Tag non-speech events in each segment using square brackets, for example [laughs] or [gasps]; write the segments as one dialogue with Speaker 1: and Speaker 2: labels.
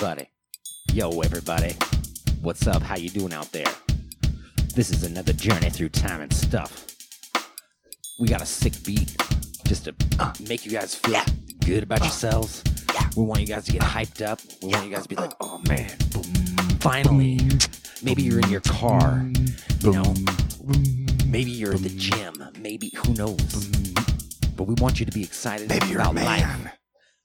Speaker 1: Buddy. Yo, everybody. What's up? How you doing out there? This is another journey through time and stuff. We got a sick beat just to uh, make you guys feel good
Speaker 2: Uh,
Speaker 1: about yourselves. We want you guys to get hyped up. We want you guys to be like,
Speaker 2: Uh.
Speaker 1: oh man, finally. Maybe you're in your car. You know, maybe you're at the gym. Maybe, who knows? But we want you to be excited
Speaker 2: Maybe you're a
Speaker 1: about life.
Speaker 2: man.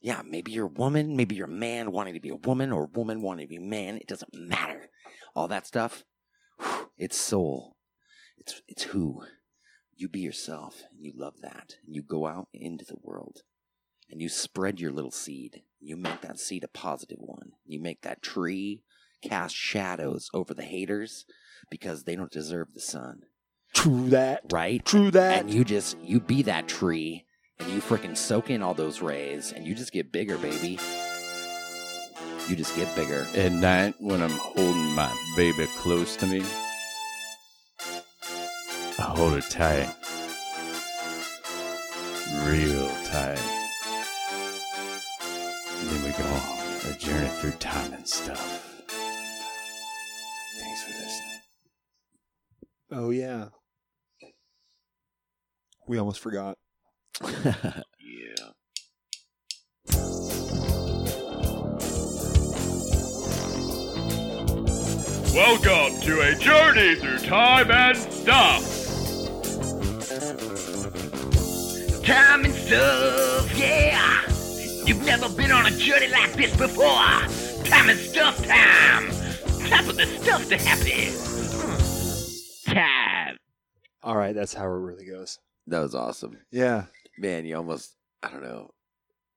Speaker 1: Yeah, maybe you're a woman, maybe you're a man wanting to be a woman, or a woman wanting to be a man. It doesn't matter. All that stuff, whew, it's soul. It's it's who you be yourself, and you love that, and you go out into the world, and you spread your little seed. You make that seed a positive one. You make that tree cast shadows over the haters because they don't deserve the sun,
Speaker 2: True that.
Speaker 1: right?
Speaker 2: True that.
Speaker 1: and you just you be that tree and you freaking soak in all those rays and you just get bigger baby you just get bigger [laughs]
Speaker 3: At night, when I'm holding my baby close to me, I hold her tight. Real tight. And then we go on a journey through time and stuff. Thanks for listening.
Speaker 2: oh yeah. We almost forgot.
Speaker 3: Yeah.
Speaker 4: Welcome to a journey through time and stuff.
Speaker 5: Time and stuff, yeah. You've never been on a journey like this before. Time and stuff time. Time for the stuff to happen. Hmm. Time.
Speaker 2: All right, that's how it really goes.
Speaker 6: That was awesome.
Speaker 2: Yeah.
Speaker 6: Man, you almost, I don't know,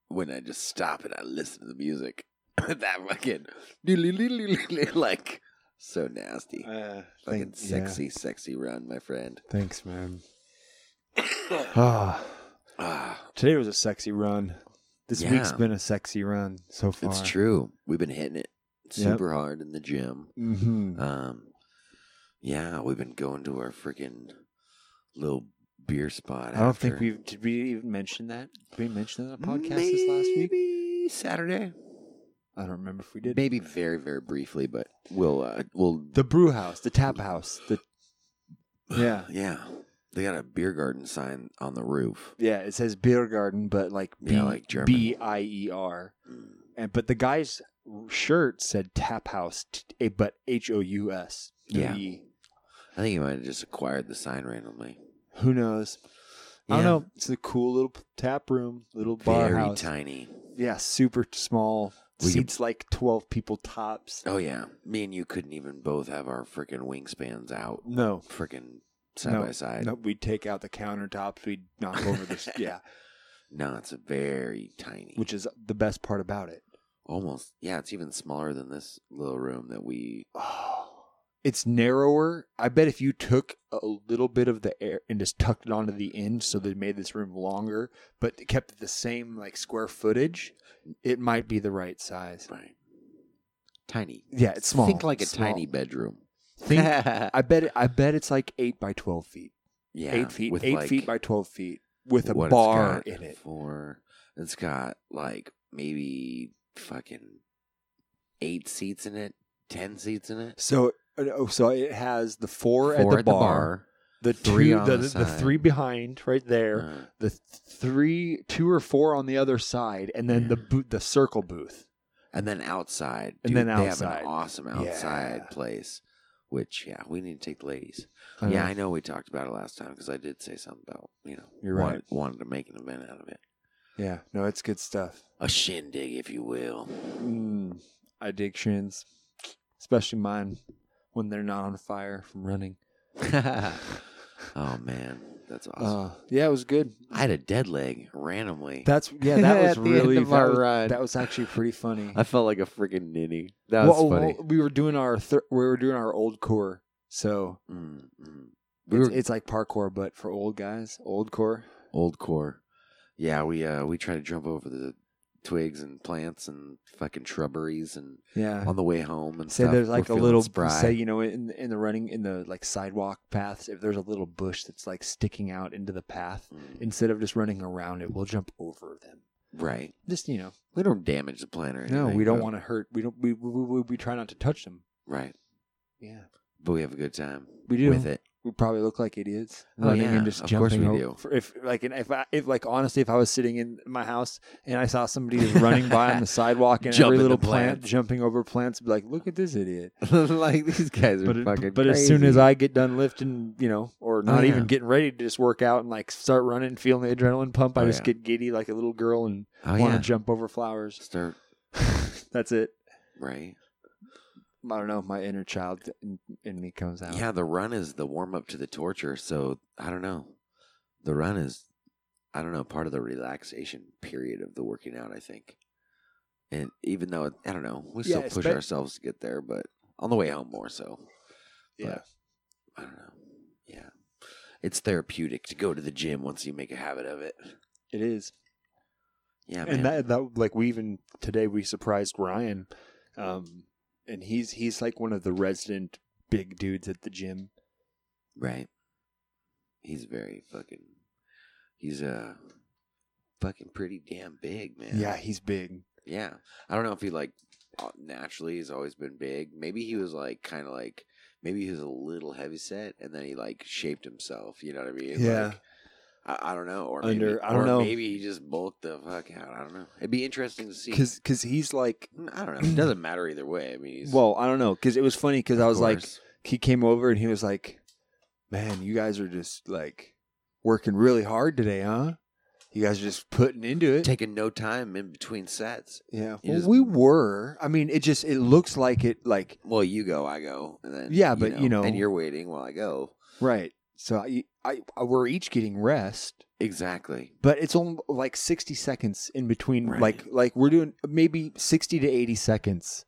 Speaker 6: when I just stop and I listen to the music, [laughs] that fucking, [laughs] like, so nasty.
Speaker 2: Uh,
Speaker 6: Fucking
Speaker 2: thank- yeah.
Speaker 6: sexy, sexy run, my friend. [coughs]
Speaker 2: Thanks, man. Ah,
Speaker 6: Ah,
Speaker 2: today was a sexy run. This
Speaker 6: Yeah.
Speaker 2: week's been a sexy run so far.
Speaker 6: it's true. We've been hitting it
Speaker 2: Yep.
Speaker 6: super hard in the gym.
Speaker 2: hmm
Speaker 6: Um, yeah, we've been going to our freaking little beer spot.
Speaker 2: I don't think
Speaker 6: after.
Speaker 2: we've did we even mention that? Did we mention that on the podcast this last week?
Speaker 6: Maybe Saturday.
Speaker 2: I don't remember if we did.
Speaker 6: Maybe very, very briefly, but we'll uh, we'll
Speaker 2: The brew house, the tap house, the yeah,
Speaker 6: yeah. They got a beer garden sign on the roof.
Speaker 2: yeah. It says beer garden, but like B,
Speaker 6: Yeah, like German.
Speaker 2: B I E R, and but the guy's shirt said tap house, t- eh, but H O U S. no
Speaker 6: Yeah.
Speaker 2: E.
Speaker 6: I think he might have just acquired the sign randomly.
Speaker 2: Who knows? I
Speaker 6: Yeah.
Speaker 2: don't know. It's a cool little p- tap room, little bar
Speaker 6: very
Speaker 2: house.
Speaker 6: tiny.
Speaker 2: Yeah, super small.
Speaker 6: We could-
Speaker 2: Seats like twelve people tops.
Speaker 6: Oh yeah, me and you couldn't even both have our freaking wingspans out,
Speaker 2: No,
Speaker 6: freaking side
Speaker 2: No,
Speaker 6: by side.
Speaker 2: no. We'd take out the countertops. We'd knock
Speaker 6: [laughs]
Speaker 2: over this. yeah,
Speaker 6: No, it's a very tiny.
Speaker 2: which is the best part about it.
Speaker 6: almost yeah, it's even smaller than this little room that we
Speaker 2: [sighs] it's narrower. I bet if you took a little bit of the air and just tucked it onto the end, so they made this room longer, but kept it the same like square footage, it might be the right size.
Speaker 6: right. Tiny.
Speaker 2: Yeah, it's small.
Speaker 6: Think like a
Speaker 2: Small.
Speaker 6: tiny bedroom.
Speaker 2: Think- I bet. It, I bet it's like eight by twelve feet.
Speaker 6: [laughs] yeah,
Speaker 2: eight feet.
Speaker 6: with
Speaker 2: Eight
Speaker 6: like
Speaker 2: feet by twelve feet with a
Speaker 6: what it's
Speaker 2: bar
Speaker 6: got
Speaker 2: in it.
Speaker 6: For it's got like maybe fucking eight seats in it, ten seats in it.
Speaker 2: So, uh, oh, so it has the four, at, the bar, the
Speaker 6: three
Speaker 2: two,
Speaker 6: on the
Speaker 2: the, the
Speaker 6: side.
Speaker 2: three behind, right there.
Speaker 6: Uh,
Speaker 2: the th- three, two or four on the other side, and then the bo- the circle booth.
Speaker 6: and then outside.
Speaker 2: And
Speaker 6: dude,
Speaker 2: then
Speaker 6: They have
Speaker 2: outside.
Speaker 6: an awesome outside
Speaker 2: Yeah.
Speaker 6: place. Which yeah, we need to take the ladies. yeah,
Speaker 2: Uh,
Speaker 6: I know we talked about it last time because I did say something about you know
Speaker 2: You're
Speaker 6: wanted,
Speaker 2: right.
Speaker 6: wanted to make an event out of it,
Speaker 2: yeah. No, it's good stuff.
Speaker 6: a shindig, if you will.
Speaker 2: Mm, I dig shins, especially mine when they're not on fire from running.
Speaker 6: oh man, that's awesome.
Speaker 2: Uh, yeah, it was good.
Speaker 6: I had a dead leg randomly.
Speaker 2: That's yeah, that
Speaker 6: [laughs]
Speaker 2: was
Speaker 6: At the end
Speaker 2: really
Speaker 6: of
Speaker 2: that
Speaker 6: our
Speaker 2: was,
Speaker 6: ride.
Speaker 2: that was actually pretty funny.
Speaker 6: I felt like a freaking ninny. That was
Speaker 2: Well,
Speaker 6: funny.
Speaker 2: well, we were doing our thir- we were doing our old core, so
Speaker 6: Mm, mm. We
Speaker 2: it's,
Speaker 6: were
Speaker 2: it's like parkour but for old guys. Old core.
Speaker 6: old core. Yeah, we uh we tried to jump over the twigs and plants and fucking shrubberies and
Speaker 2: Yeah,
Speaker 6: on the way home and
Speaker 2: Say
Speaker 6: stuff,
Speaker 2: there's
Speaker 6: we're
Speaker 2: like a
Speaker 6: feeling
Speaker 2: little
Speaker 6: spry.
Speaker 2: say you know in in the running in the like sidewalk paths if there's a little bush that's like sticking out into the path
Speaker 6: Mm.
Speaker 2: instead of just running around it we'll jump over them
Speaker 6: Right.
Speaker 2: Just you know,
Speaker 6: We don't damage the planet. Or
Speaker 2: no,
Speaker 6: anything,
Speaker 2: we don't
Speaker 6: but-
Speaker 2: want to hurt. We don't. We, we we we try not to touch them.
Speaker 6: Right.
Speaker 2: Yeah,
Speaker 6: But we have a good time.
Speaker 2: We do. Oh,
Speaker 6: with it.
Speaker 2: we probably look like idiots.
Speaker 6: Well,
Speaker 2: running
Speaker 6: yeah,
Speaker 2: and just
Speaker 6: of course
Speaker 2: jumping
Speaker 6: we
Speaker 2: o-
Speaker 6: do.
Speaker 2: for- If like and if I if like honestly, if I was sitting in my house and I saw somebody just running by [laughs] on the sidewalk and every
Speaker 6: Jumping
Speaker 2: little
Speaker 6: the
Speaker 2: plant
Speaker 6: plants.
Speaker 2: jumping over plants, be like, look at this idiot.
Speaker 6: [laughs] like these guys are
Speaker 2: But, it-
Speaker 6: fucking.
Speaker 2: but as soon as
Speaker 6: crazy.
Speaker 2: I get done lifting, you know, or not
Speaker 6: yeah.
Speaker 2: even getting ready to just work out and like start running, feeling the adrenaline pump, I
Speaker 6: Oh,
Speaker 2: just
Speaker 6: yeah.
Speaker 2: get giddy like a little girl and
Speaker 6: oh, yeah.
Speaker 2: want to jump over
Speaker 6: [laughs]
Speaker 2: flowers.
Speaker 6: start
Speaker 2: That's it.
Speaker 6: right.
Speaker 2: I don't know. My inner child in, in me comes out.
Speaker 6: Yeah, the run is the warm up to the torture. So I don't know. The run is, I don't know, part of the relaxation period of the working out. I think, and even though it, I don't know, we still
Speaker 2: Yeah,
Speaker 6: push
Speaker 2: espe-
Speaker 6: ourselves to get there, but on the way home more so. But,
Speaker 2: Yeah.
Speaker 6: I don't know. Yeah, it's therapeutic to go to the gym once you make a habit of it.
Speaker 2: it is.
Speaker 6: Yeah, man.
Speaker 2: and that that like we even today we surprised Ryan, um, and he's he's like one of the resident big dudes at the gym.
Speaker 6: right. He's very fucking. He's uh, fucking pretty damn big man.
Speaker 2: Yeah, he's big.
Speaker 6: Yeah. I don't know if he like uh, naturally has always been big. Maybe he was like kind of like maybe he was a little heavy set and then he like shaped himself, you know what I mean?
Speaker 2: Yeah.
Speaker 6: Like, I, I don't know, or
Speaker 2: Under-
Speaker 6: maybe,
Speaker 2: I don't
Speaker 6: or
Speaker 2: know.
Speaker 6: Maybe he just bulked the fuck out. I don't know. It'd be interesting to see.
Speaker 2: Cause, cause he's like,
Speaker 6: I don't know. It doesn't matter either way. I mean, he's,
Speaker 2: well, I don't know, cause it was funny, cause I
Speaker 6: of
Speaker 2: was like,
Speaker 6: course.
Speaker 2: he came over and he was like, "Man, you guys are just like working really hard today, huh? You guys are just putting into it."
Speaker 6: taking no time in between sets.
Speaker 2: yeah,
Speaker 6: you
Speaker 2: well,
Speaker 6: just-
Speaker 2: we were. I mean, it just it looks like it, like
Speaker 6: Well, you go, I go, and then
Speaker 2: Yeah, but, you know-
Speaker 6: and you're waiting while I go.
Speaker 2: right. So I, I, I we're each getting rest.
Speaker 6: Exactly.
Speaker 2: but it's only like 60 seconds in between
Speaker 6: Right.
Speaker 2: like like we're doing maybe 60 to 80 seconds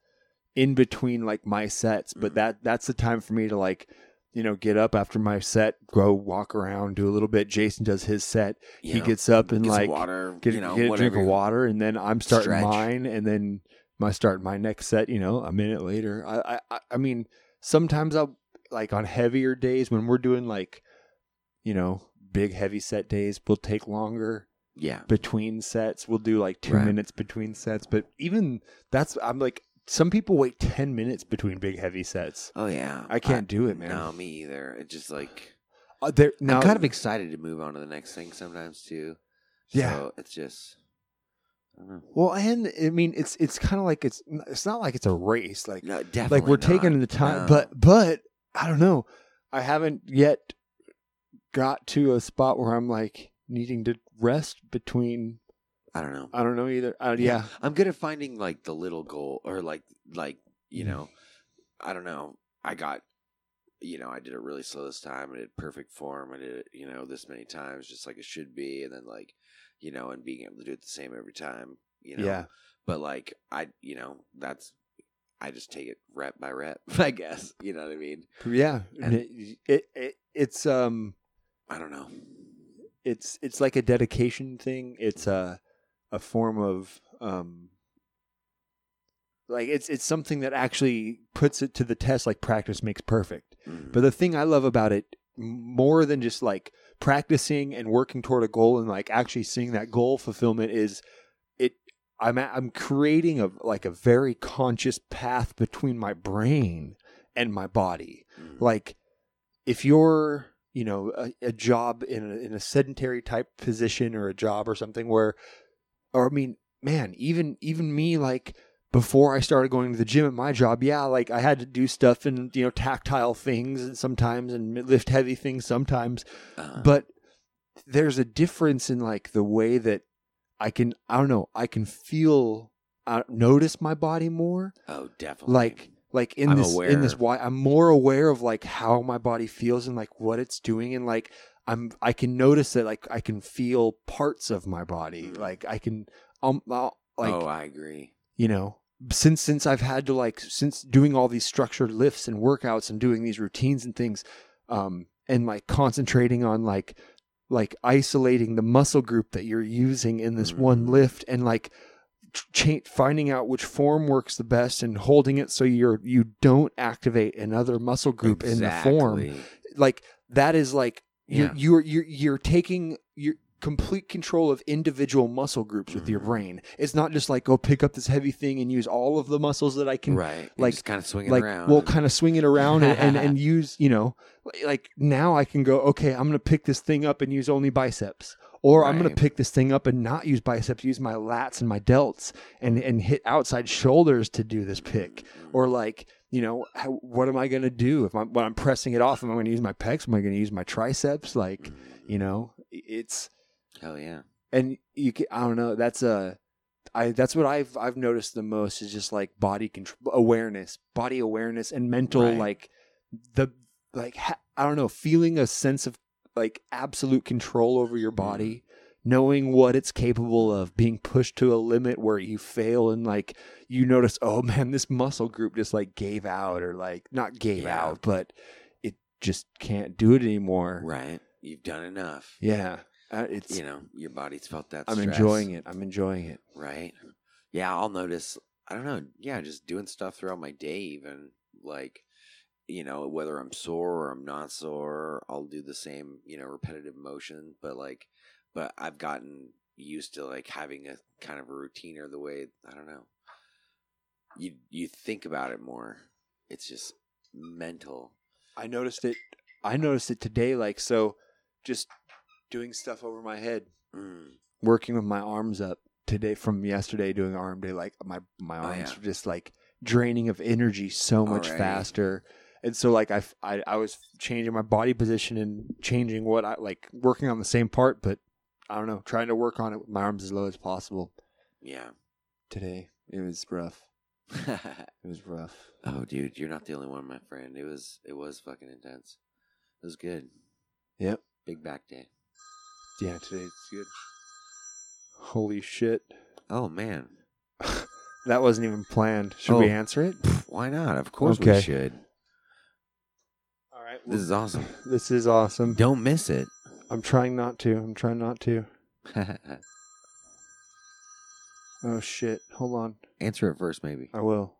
Speaker 2: in between like my sets but
Speaker 6: Mhm.
Speaker 2: that that's the time for me to like you know get up after my set go walk around do a little bit jason does his set
Speaker 6: You
Speaker 2: he
Speaker 6: know,
Speaker 2: gets up and
Speaker 6: get some
Speaker 2: like
Speaker 6: water,
Speaker 2: get,
Speaker 6: you know,
Speaker 2: get a
Speaker 6: whatever.
Speaker 2: drink of water and then i'm starting
Speaker 6: Stretch.
Speaker 2: mine and then my start my next set you know a minute later i I- i, I mean sometimes i'll like on heavier days when we're doing like you know big heavy set days will take longer
Speaker 6: Yeah.
Speaker 2: between sets. We'll do like two
Speaker 6: Right.
Speaker 2: minutes between sets, but even that's I'm like some people wait ten minutes between big heavy sets.
Speaker 6: Oh yeah.
Speaker 2: I can't do it, man.
Speaker 6: No, me either. It just like
Speaker 2: Uh, there now,
Speaker 6: I'm kind of excited to move on to the next thing sometimes too.
Speaker 2: Yeah.
Speaker 6: So it's just I don't know.
Speaker 2: well, and I mean it's it's kind of like it's it's not like it's a race, like
Speaker 6: No, definitely
Speaker 2: like we're
Speaker 6: not.
Speaker 2: taking the time,
Speaker 6: No.
Speaker 2: but but I don't know. I haven't yet got to a spot where I'm like needing to rest between.
Speaker 6: I don't know.
Speaker 2: I don't know either. Uh, yeah,
Speaker 6: I'm good at finding like the little goal or like like you
Speaker 2: Mm.
Speaker 6: know, I don't know. I got you know, I did it really slow this time. I did perfect form. I did it, you know, this many times, just like it should be, and then like, you know, and being able to do it the same every time, you know.
Speaker 2: yeah.
Speaker 6: but like I, you know, that's I just take it rep by rep, [laughs] I guess. You know what I mean?
Speaker 2: Yeah,
Speaker 6: And-
Speaker 2: it, it, it it's um
Speaker 6: I don't know.
Speaker 2: it's it's like a dedication thing. It's a a form of um like it's it's something that actually puts it to the test like practice makes perfect.
Speaker 6: Mhm.
Speaker 2: But the thing I love about it m- more than just like practicing and working toward a goal and like actually seeing that goal fulfillment is it I'm a- I'm creating a like a very conscious path between my brain and my body
Speaker 6: Mhm.
Speaker 2: like if you're you know a, a job in a, in a sedentary type position or a job or something where or i mean man even even me like before i started going to the gym at my job yeah like i had to do stuff and you know tactile things and sometimes and lift heavy things sometimes
Speaker 6: Uh,
Speaker 2: but there's a difference in like the way that i can i don't know i can feel I notice my body more
Speaker 6: oh, definitely.
Speaker 2: like like in
Speaker 6: I'm
Speaker 2: this in this
Speaker 6: aware.
Speaker 2: why I'm more aware of like how my body feels and like what it's doing and like I'm I can notice that like I can feel parts of my body
Speaker 6: Mm.
Speaker 2: like I can um I'll, like
Speaker 6: oh, I agree.
Speaker 2: you know since since I've had to like since doing all these structured lifts and workouts and doing these routines and things um and like concentrating on like like isolating the muscle group that you're using in this one
Speaker 6: Mhm.
Speaker 2: lift and like ch- cha- finding out which form works the best and holding it so you're you don't activate another muscle group in the form
Speaker 6: Exactly.
Speaker 2: like that is like you're
Speaker 6: Yeah.
Speaker 2: you're you're, you're taking you're complete control of individual muscle groups with your brain. It's not just like, go pick up this heavy thing and use all of the muscles that I can
Speaker 6: right.
Speaker 2: like-
Speaker 6: just kind of swinging
Speaker 2: like
Speaker 6: around.
Speaker 2: well
Speaker 6: and-
Speaker 2: kind of swing it around and, and,
Speaker 6: [laughs]
Speaker 2: and use you know like now i can go okay i'm gonna pick this thing up and use only biceps or i'm gonna
Speaker 6: Right.
Speaker 2: pick this thing up and not use biceps use my lats and my delts and and hit outside shoulders to do this pick or like you know how, what am i gonna do if i'm when i'm pressing it off am i gonna use my pecs am i gonna use my triceps like you know it's
Speaker 6: hell yeah.
Speaker 2: and you can, i don't know that's a I, that's what I've I've noticed the most is just like body control awareness, body awareness, and mental
Speaker 6: Right.
Speaker 2: like the like ha- I don't know, feeling a sense of like absolute control over your
Speaker 6: Mm-hmm.
Speaker 2: body, knowing what it's capable of, being pushed to a limit where you fail and like you notice, oh man, this muscle group just like gave out or like not gave
Speaker 6: Yeah.
Speaker 2: out, but it just can't do it anymore.
Speaker 6: Right. You've done enough.
Speaker 2: Yeah, Uh, it's
Speaker 6: You know, your body's felt that.
Speaker 2: I'm
Speaker 6: stress.
Speaker 2: enjoying it. I'm enjoying it.
Speaker 6: Right. Yeah, I'll notice. I don't know. Yeah, just doing stuff throughout my day, even like, you know, whether I'm sore or I'm not sore, I'll do the same, you know, repetitive motion. But like, but I've gotten used to like having a kind of a routine or the way I don't know. You you think about it more. It's just mental.
Speaker 2: I noticed it. I noticed it today. Like so, just doing stuff over my head,
Speaker 6: Mm.
Speaker 2: working with my arms up today from yesterday doing arm day. Like my my
Speaker 6: Oh,
Speaker 2: arms
Speaker 6: yeah.
Speaker 2: were just like draining of energy so much
Speaker 6: Alrighty.
Speaker 2: faster. And so like I, f- I I was changing my body position and changing what I like working on the same part, but I don't know, trying to work on it with my arms as low as possible
Speaker 6: Yeah. [laughs]
Speaker 2: today. It was rough. It was rough.
Speaker 6: oh, dude, you're not the only one, my friend. It was it was fucking intense. It was good.
Speaker 2: Yep.
Speaker 6: Big back day.
Speaker 2: Yeah, today it's good. Holy shit.
Speaker 6: Oh man,
Speaker 2: That wasn't even planned. Should we
Speaker 6: Oh.
Speaker 2: answer it?
Speaker 6: Pff, why not? Of course
Speaker 2: Okay.
Speaker 6: we should.
Speaker 2: All right.
Speaker 6: This is awesome.
Speaker 2: This is awesome.
Speaker 6: Don't miss it. [laughs]
Speaker 2: I'm trying not to. I'm trying not to. Oh shit. Hold on.
Speaker 6: Answer it first, maybe. [laughs]
Speaker 2: I will.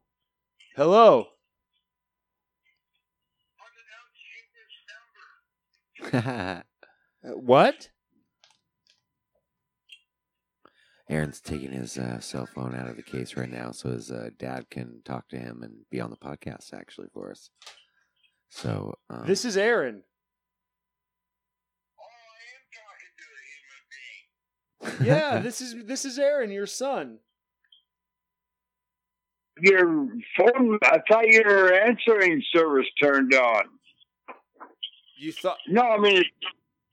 Speaker 2: Hello. Uh, What?
Speaker 6: Aaron's taking his uh, cell phone out of the case right now, so his uh, dad can talk to him and be on the podcast actually for us. So um,
Speaker 2: This is [laughs] Aaron. Yeah, this is this is Aaron, your son.
Speaker 7: your phone. I thought your answering service turned on.
Speaker 2: You thought
Speaker 7: No, I mean it.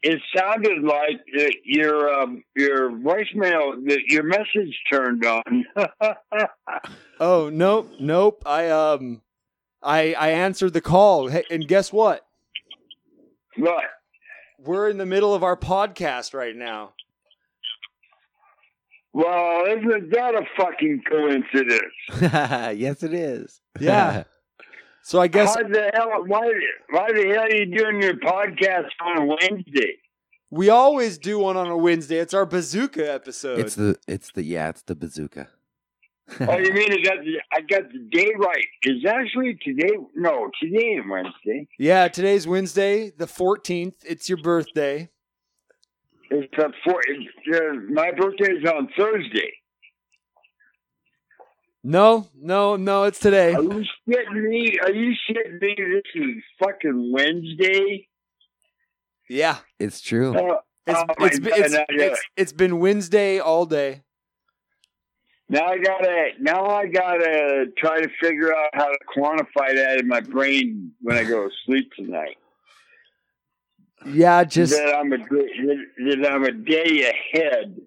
Speaker 7: It sounded like that your um, your voicemail that your message turned on. [laughs]
Speaker 2: Oh, nope, nope. I um I I answered the call. Hey, and guess what?
Speaker 7: but
Speaker 2: We're in the middle of our podcast right now.
Speaker 6: [laughs]
Speaker 7: well, isn't that a fucking coincidence?
Speaker 6: [laughs] yes, it is.
Speaker 2: [laughs]
Speaker 3: [laughs]
Speaker 2: Yeah. So I guess
Speaker 7: Why the hell? Why? Why the hell are you doing your podcast on
Speaker 2: [laughs]
Speaker 7: Wednesday?
Speaker 2: we always do one on a Wednesday. It's our bazooka episode.
Speaker 6: it's the it's the yeah it's the bazooka.
Speaker 7: Oh, you mean I got the I got the day right? Is actually today? No, today and Wednesday.
Speaker 2: yeah, today's Wednesday, the 14th. It's your birthday.
Speaker 7: It's the four. It's, uh, my birthday is on Thursday.
Speaker 2: No, no, no, it's today.
Speaker 7: Are you shitting me? Are you shitting me? This is fucking Wednesday.
Speaker 2: Yeah.
Speaker 6: It's true.
Speaker 7: Uh,
Speaker 2: It's,
Speaker 7: Oh my
Speaker 2: it's,
Speaker 7: God,
Speaker 2: it's, it's,
Speaker 7: now I gotta-
Speaker 2: it's been Wednesday all day.
Speaker 7: now I gotta. Now I gotta try to figure out how to quantify that in my brain when I go to sleep tonight.
Speaker 2: Yeah, just
Speaker 7: that I'm a day- that, that I'm a day ahead.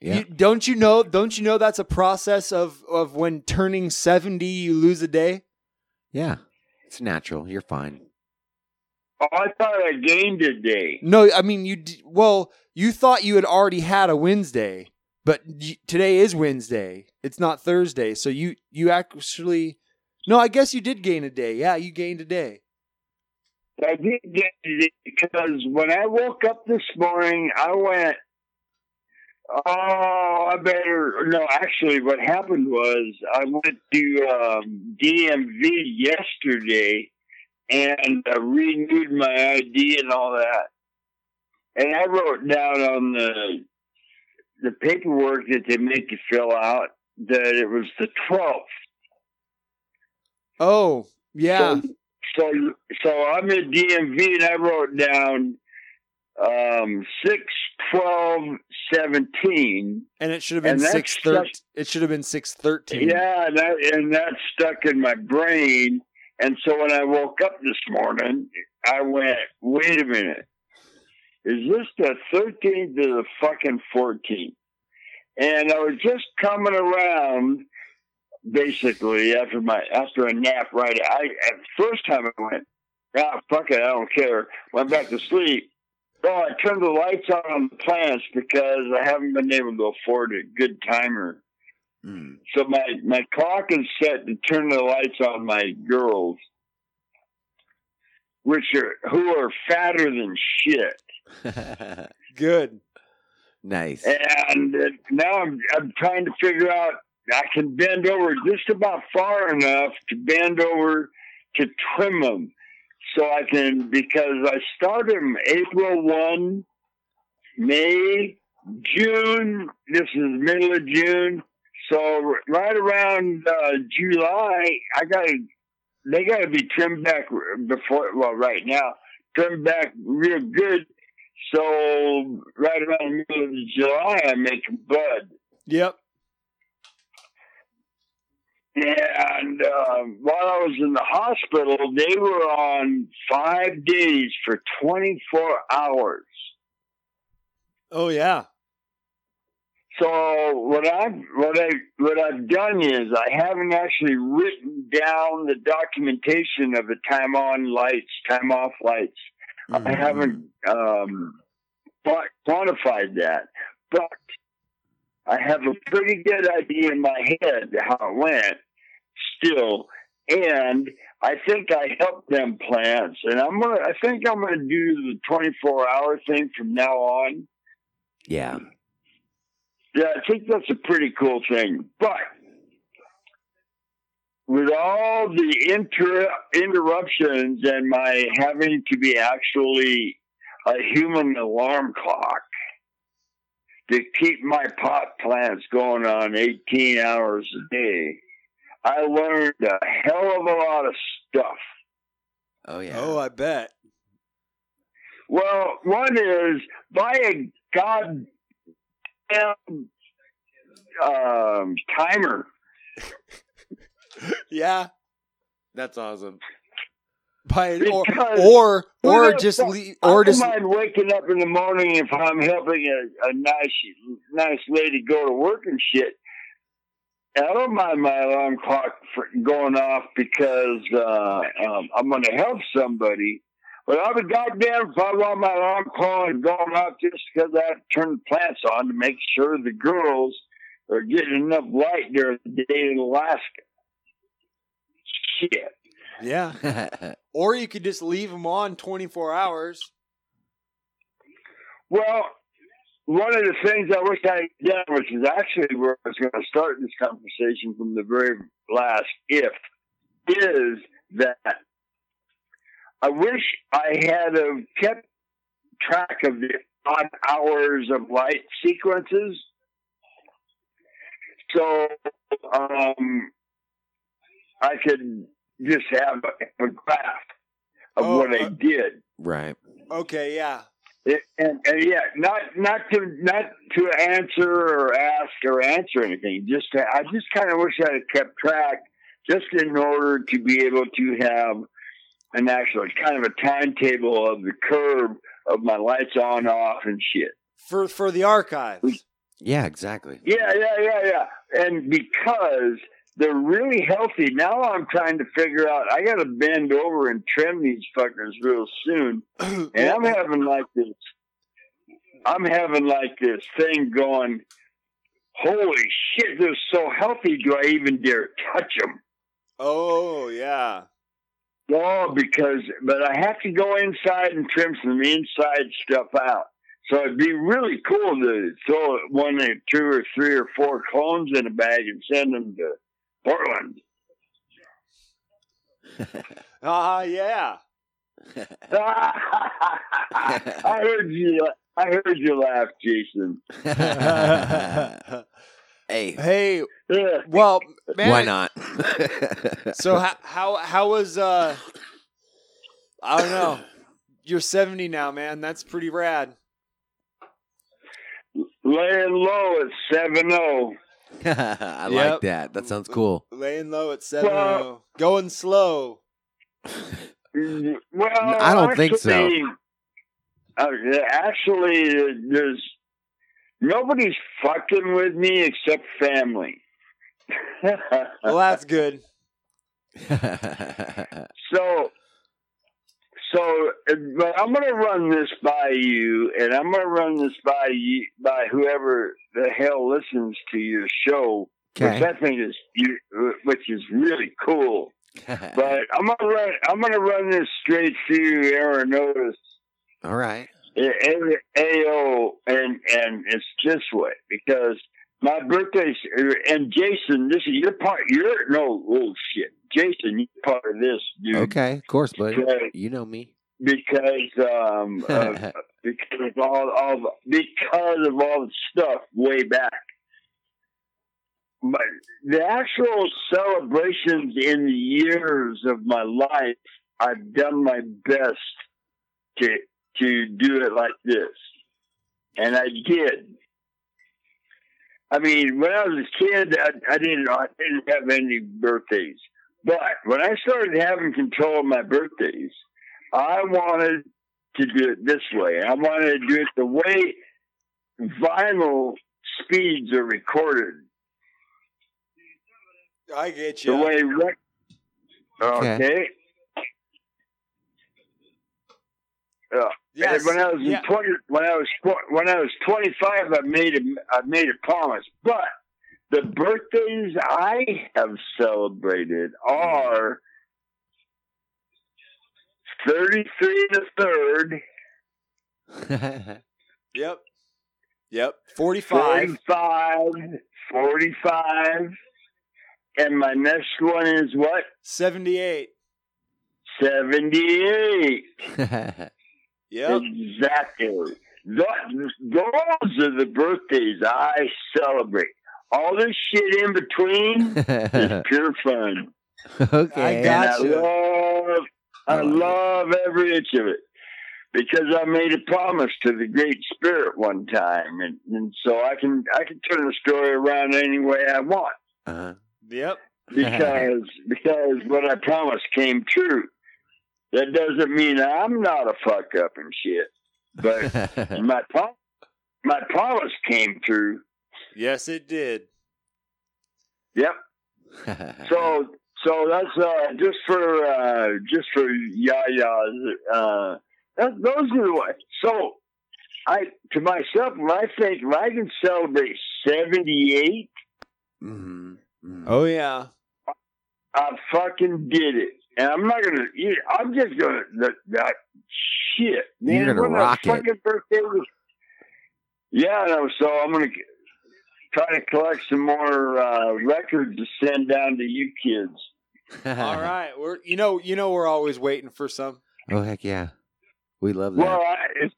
Speaker 6: Yeah.
Speaker 2: You, don't you know? Don't you know that's a process of of when turning seventy, you lose a day.
Speaker 6: Yeah. It's natural. You're fine.
Speaker 7: Oh, I thought I gained a day.
Speaker 2: No, I mean you. d- Well, you thought you had already had a Wednesday, but y- today is Wednesday. It's not Thursday, so you you actually. No, I guess you did gain a day. Yeah, you gained a day.
Speaker 7: I did get a day because when I woke up this morning, I went. Oh, I better no. Actually, what happened was I went to um, DMV yesterday and uh, renewed my ID and all that. and I wrote down on the the paperwork that they make you fill out that it was the twelfth.
Speaker 2: Oh,
Speaker 8: [laughs]
Speaker 2: yeah.
Speaker 7: So, so, so I'm in DMV and I wrote down um, 6, 12, 17.
Speaker 2: And it should have
Speaker 7: and
Speaker 2: been
Speaker 7: that's
Speaker 2: six thirteen.
Speaker 7: such-
Speaker 2: It should have been six thirteen.
Speaker 7: Yeah, and that, and that stuck in my brain. And so when I woke up this morning, I went, wait a minute. Is this the 13th to the fucking 14th? And I was just coming around, basically, after my after a nap, right? I At the first time I went, ah, fuck it, I don't care. Went back to sleep. Well, I turned the lights out on the plants because I haven't been able to afford a good timer.
Speaker 6: Mm.
Speaker 7: So my my clock is set to turn the lights on my girls, which are who are fatter than shit.
Speaker 2: Good.
Speaker 6: [laughs] nice.
Speaker 7: And uh, now I'm I'm trying to figure out I can bend over just about far enough to bend over to trim them, so I can because I start them April one, May, June. This is middle of June, so r- right around uh, July, I got to they got to be trimmed back r- before. Well, right now, trimmed back real good so right around the middle of July, I make a bud,
Speaker 2: Yep.
Speaker 7: and uh, while I was in the hospital, they were on five days for twenty four hours.
Speaker 2: Oh yeah.
Speaker 7: So what I've what I what I've done is I haven't actually written down the documentation of the time on lights, time off lights. I haven't um, quant- quantified that, but I have a pretty good idea in my head how it went still, and I think I helped them plants, and I'm gonna. I think I'm gonna do the 24 hour thing from now on.
Speaker 6: Yeah.
Speaker 7: Yeah, I think that's a pretty cool thing. But with all the inter- interruptions and my having to be actually a human alarm clock to keep my pot plants going on 18 hours a day, I learned a hell of a lot of stuff.
Speaker 6: Oh yeah.
Speaker 2: Oh, I bet.
Speaker 7: Well, one is by a goddamn um, timer.
Speaker 2: [laughs] Yeah.
Speaker 6: That's awesome.
Speaker 2: By an or
Speaker 7: Because-
Speaker 2: or
Speaker 7: Who
Speaker 2: or
Speaker 7: the
Speaker 2: just
Speaker 7: fuck-
Speaker 2: leave
Speaker 7: I
Speaker 2: or
Speaker 7: don't
Speaker 2: just
Speaker 7: mind waking up in the morning if I'm helping a, a nice nice lady go to work and shit. And I don't mind my alarm clock for going off because uh, um, I'm going to help somebody. But I'll be goddamn if I want my alarm clock going off just because I have to turn the plants on to make sure the girls are getting enough light during the day in Alaska. Shit.
Speaker 2: yeah. Or you could just leave them on twenty four hours.
Speaker 7: Well, one of the things I wish I had done, which is actually where I was going to start this conversation from the very last if, is that I wish I had have kept track of the odd hours of light sequences. So um, I could just have a, a graph of
Speaker 2: Oh,
Speaker 7: what I
Speaker 2: uh,
Speaker 7: did.
Speaker 6: [laughs] right.
Speaker 2: Okay, yeah.
Speaker 7: It- and, and yeah, not not to not to answer or ask or answer anything. Just to, I just kind of wish I had kept track, just in order to be able to have an actual kind of a timetable of the curve of my lights on off and shit.
Speaker 2: For for the archives.
Speaker 8: [laughs]
Speaker 6: Yeah. Exactly.
Speaker 7: Yeah, yeah, yeah, yeah. And because they're really healthy, now I'm trying to figure out. I got to bend over and trim these fuckers real soon. And I'm having like this. I'm having like this thing going. Holy shit! They're so healthy. Do I even dare touch them?
Speaker 2: Oh yeah.
Speaker 7: Oh, because but I have to go inside and trim some inside stuff out. So it'd be really cool to throw one or two or three or four clones in a bag and send them to Portland. [laughs]
Speaker 2: Ah yeah.
Speaker 7: I heard you. I heard you laugh, Jason.
Speaker 6: [laughs] hey,
Speaker 8: hey,
Speaker 7: Yeah.
Speaker 8: well, man,
Speaker 6: why not? [laughs]
Speaker 8: So
Speaker 2: [laughs]
Speaker 8: how how how was uh? I don't know. You're 70 now, man. That's pretty rad.
Speaker 7: Laying low at oh. 7 0.
Speaker 6: I
Speaker 8: Yep.
Speaker 6: like that. That sounds cool. [laughs]
Speaker 8: Laying low at 7
Speaker 7: Well-
Speaker 8: Going slow.
Speaker 7: Well,
Speaker 6: I don't think so.
Speaker 7: actually- uh, actually, uh, there's nobody's fucking with me except family.
Speaker 8: Well,
Speaker 7: uh,
Speaker 8: that's good.
Speaker 7: [laughs] so, so, uh, but I'm gonna run this by you, and I'm gonna run this by you by whoever the hell listens to your show, which I think is you, which is really cool. But I'm gonna run. I'm gonna run this straight through Aaron Notice
Speaker 6: [laughs] All right.
Speaker 7: AO, and and it's this way because my birthday's and Jason, this is your part. You're no oh shit, Jason, you're part of this, dude.
Speaker 6: Okay. Of course, buddy.
Speaker 7: Okay,
Speaker 6: You know me.
Speaker 7: Because
Speaker 6: [laughs]
Speaker 7: um, uh, [laughs] because of all of because of all the stuff way back. But the actual celebrations in the years of my life, I've done my best to to do it like this, and I did. I mean, when I was a kid, I, I didn't I didn't have any birthdays, but when I started having control of my birthdays, I wanted to do it this way. I wanted to do it the way vinyl speeds are recorded.
Speaker 8: I get
Speaker 7: The
Speaker 8: you.
Speaker 7: way rec- okay. And
Speaker 8: Yes.
Speaker 7: when I was in
Speaker 8: yeah.
Speaker 7: twenty, when I was tw- when I was twenty five, I made a I made a promise. But the birthdays I have celebrated are thirty three and a third,
Speaker 8: Yep. Yep. 45.
Speaker 7: 45, 45. And my next one is what?
Speaker 8: 78.
Speaker 7: 78.
Speaker 8: Yep.
Speaker 7: Exactly. Th- those are the birthdays I celebrate. All this shit in
Speaker 6: [laughs]
Speaker 7: between is pure fun.
Speaker 8: I
Speaker 7: And I
Speaker 8: got you.
Speaker 7: love, I love every inch of it. Because I made a promise to the Great Spirit one time, and, and so I can I can turn the story around any way I want.
Speaker 6: Uh-huh.
Speaker 8: Yep.
Speaker 7: because because what I promised came true. That doesn't mean I'm not a fuck up and shit,
Speaker 6: [laughs]
Speaker 7: but my prom- my promise came true.
Speaker 8: Yes, it did.
Speaker 7: Yep. [laughs] So so that's uh, just for uh, just for yayas. Uh, that, those are the ones. So I to myself, when I think if I can celebrate seventy eight,
Speaker 6: Mhm.
Speaker 7: Hmm.
Speaker 6: Mhm.
Speaker 8: Oh, yeah.
Speaker 7: I fucking did it. And I'm not gonna. you- I'm just gonna. That, that shit, man.
Speaker 6: You're gonna
Speaker 7: when my
Speaker 6: rock it.
Speaker 7: fucking Birthday was, yeah, no, so I'm gonna c- try to collect some more uh, records to send down to you kids.
Speaker 8: [laughs] All right. We're, you know, you know, we're always waiting for some. [laughs]
Speaker 6: Oh heck yeah. We love that.
Speaker 7: Well, I, it's,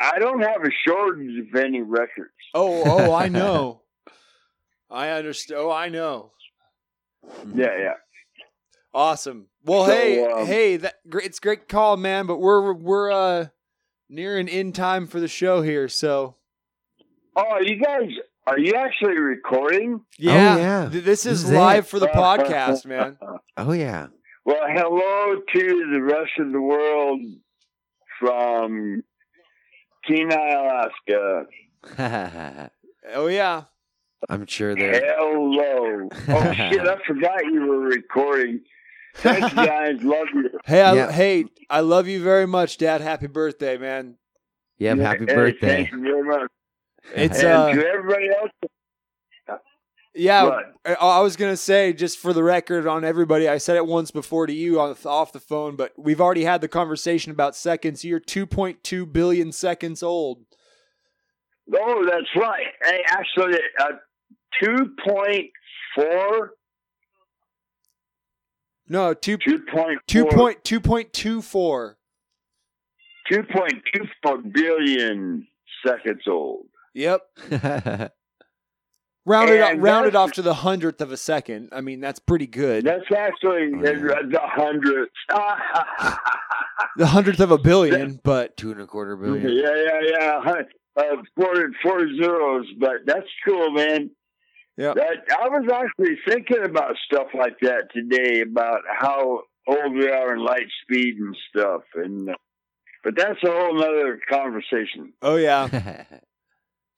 Speaker 7: I don't have a shortage of any records.
Speaker 8: Oh, oh, I know. I understand. Oh, I know.
Speaker 6: Oh.
Speaker 7: Yeah, yeah.
Speaker 8: Awesome. Well,
Speaker 7: So,
Speaker 8: hey,
Speaker 7: um,
Speaker 8: hey, that gr- it's a great call, man. But we're we're uh nearing end time for the show here, so
Speaker 7: Oh, you guys, are you actually recording?
Speaker 8: yeah,
Speaker 6: Oh, yeah.
Speaker 8: th- this
Speaker 6: This
Speaker 8: is
Speaker 6: is
Speaker 8: live
Speaker 6: it.
Speaker 8: for
Speaker 7: [laughs]
Speaker 8: the podcast, man.
Speaker 6: Oh yeah. [laughs]
Speaker 7: Well, hello to the rest of the world from Kenai, Alaska.
Speaker 8: Oh yeah,
Speaker 6: I'm sure they're
Speaker 7: Hello.
Speaker 6: [laughs]
Speaker 7: Oh shit, I forgot you were recording. Thanks, guys. Love you.
Speaker 8: hey, I,
Speaker 6: Yeah.
Speaker 8: hey, I love you very much, Dad. Happy birthday, man.
Speaker 6: Yep, happy
Speaker 7: Hey,
Speaker 6: birthday. [laughs]
Speaker 7: Thank you very much.
Speaker 8: It's
Speaker 7: and
Speaker 8: uh,
Speaker 7: to everybody else,
Speaker 8: yeah.
Speaker 7: What?
Speaker 8: I, I was gonna say just for the record on everybody, I said it once before to you on off the phone, but we've already had the conversation about seconds. You're 2.2 billion seconds old.
Speaker 7: oh, that's right. Hey, actually, uh, 2.4,
Speaker 8: No, two
Speaker 7: 2.4,
Speaker 8: Two point two point two four.
Speaker 7: 2.24 billion seconds old.
Speaker 2: Yep. Round it, up,
Speaker 7: And
Speaker 2: round it
Speaker 7: that's-
Speaker 2: off to the hundredth of a second. I mean, that's pretty good.
Speaker 7: That's actually
Speaker 6: Oh, yeah.
Speaker 7: the hundredth.
Speaker 2: the hundredth of a billion, but
Speaker 6: Two and a quarter
Speaker 7: [laughs] yeah,
Speaker 6: billion.
Speaker 7: yeah, yeah. Hun- Uh, four, four zeros, but that's cool, man.
Speaker 2: Yep.
Speaker 7: That, I was actually thinking about stuff like that today about how old we are in light speed and stuff, and uh, but that's a whole nother conversation.
Speaker 2: oh yeah.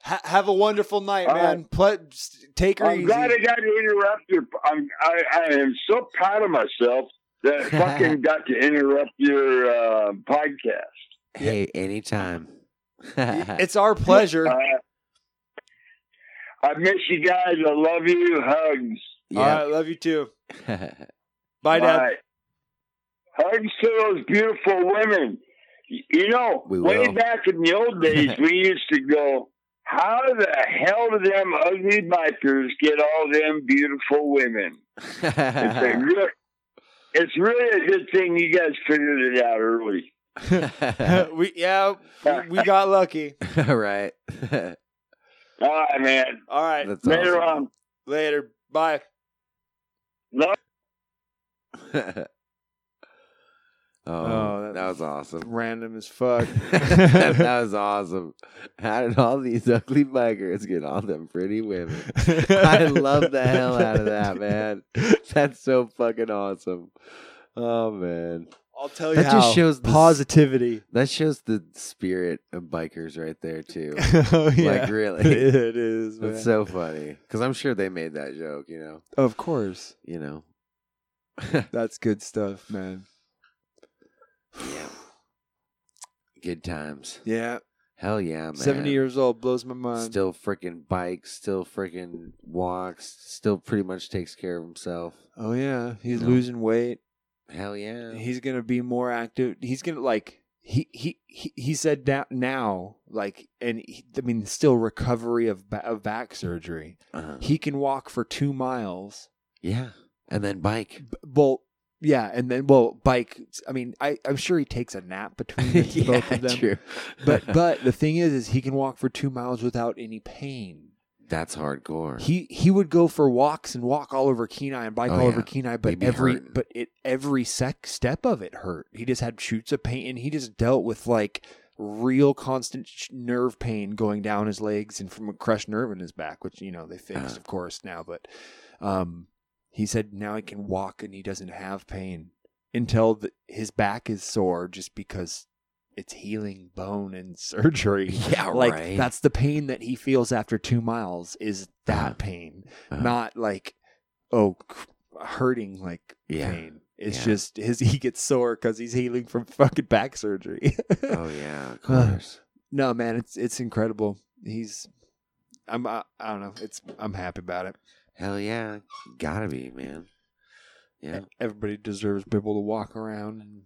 Speaker 2: Ha- have a wonderful night,
Speaker 7: All
Speaker 2: man. Pla- s- take her
Speaker 7: I'm
Speaker 2: easy.
Speaker 7: glad I got to interrupt you. I'm, I, I am so proud of myself
Speaker 6: [laughs]
Speaker 7: that I fucking got to interrupt your uh, podcast.
Speaker 6: hey, anytime.
Speaker 2: [laughs]
Speaker 6: [laughs]
Speaker 2: it's our pleasure.
Speaker 7: Uh, I miss you guys. I love you. Hugs.
Speaker 2: All
Speaker 6: yeah.
Speaker 2: right, love you too. Bye, Dad.
Speaker 7: Bye. Hugs to those beautiful women. Y- You know,
Speaker 6: We
Speaker 7: way
Speaker 6: will.
Speaker 7: back in the old days,
Speaker 6: [laughs]
Speaker 7: we used to go, how the hell do them ugly bikers get all them beautiful women? It's,
Speaker 6: [laughs]
Speaker 7: a real, it's really a good thing you guys figured it out early.
Speaker 2: we yeah, we, we got lucky.
Speaker 6: [laughs] All right. [laughs]
Speaker 7: All right, man.
Speaker 2: All right,
Speaker 6: That's
Speaker 7: Later
Speaker 6: awesome.
Speaker 7: on.
Speaker 2: later. Bye.
Speaker 7: Love
Speaker 6: oh,
Speaker 2: Oh, that
Speaker 6: that
Speaker 2: was-
Speaker 6: was awesome.
Speaker 2: [laughs]
Speaker 6: [laughs]
Speaker 2: Random as fuck. [laughs]
Speaker 6: that was awesome. How did all these ugly bikers get all them pretty women? [laughs] I love the hell out of that, man. [laughs] That's so fucking awesome. Oh man,
Speaker 2: I'll tell you
Speaker 6: that
Speaker 2: how.
Speaker 6: just shows the,
Speaker 2: positivity.
Speaker 6: That shows the spirit of bikers right there
Speaker 2: [laughs]
Speaker 6: too.
Speaker 2: [laughs] oh,
Speaker 6: Like really,
Speaker 2: [laughs] it is. Man.
Speaker 6: that's so funny. Because I'm sure they made that joke. You know,
Speaker 2: of course,
Speaker 6: you know.
Speaker 2: that's good stuff, man. [sighs]
Speaker 6: Yeah. Good times.
Speaker 2: Yeah,
Speaker 6: Hell yeah, Oh, man.
Speaker 2: seventy years old blows my mind.
Speaker 6: Still freaking bikes, still freaking walks, still pretty much takes care of himself.
Speaker 2: oh yeah, he's
Speaker 6: No.
Speaker 2: losing weight.
Speaker 6: Hell yeah.
Speaker 2: He's gonna be more active. He's gonna like he he he, he said da- now like and he, I mean still recovery of ba- of back surgery.
Speaker 6: Uh-huh.
Speaker 2: He can walk for two miles.
Speaker 6: Yeah. And then bike.
Speaker 2: B- Well, yeah, and then well bike. I mean, I I'm sure he takes a
Speaker 6: [laughs]
Speaker 2: nap between the, both of them.
Speaker 6: true.
Speaker 2: But but the thing is, is he can walk for two miles without any pain.
Speaker 6: [laughs] that's hardcore.
Speaker 2: [laughs] He he would go for walks and walk all over Kenai and bike
Speaker 6: Oh,
Speaker 2: all over
Speaker 6: yeah.
Speaker 2: Kenai,
Speaker 6: He'd
Speaker 2: but
Speaker 6: be
Speaker 2: every
Speaker 6: hurting.
Speaker 2: but it every sec step of it hurt. He just had shoots of pain, and he just dealt with like real constant sh- nerve pain going down his legs and from a crushed nerve in his back, which you know they fixed,
Speaker 6: Uh-huh.
Speaker 2: of course, now. But um, he said now he can walk and he doesn't have pain until the, his back is sore just because it's healing bone and [laughs] surgery
Speaker 6: yeah,
Speaker 2: like
Speaker 6: right.
Speaker 2: that's the pain that he feels after two miles is that
Speaker 6: Uh-huh.
Speaker 2: pain
Speaker 6: Uh,
Speaker 2: not like oh c- hurting like
Speaker 6: Yeah.
Speaker 2: pain it's
Speaker 6: Yeah.
Speaker 2: just his he gets sore because he's healing from [laughs] fucking back surgery
Speaker 6: oh yeah, of course.
Speaker 2: no man it's it's incredible he's i'm I, I don't know it's i'm happy about it
Speaker 6: Hell yeah. Gotta be, man. Yeah.
Speaker 2: everybody deserves to be able to walk around and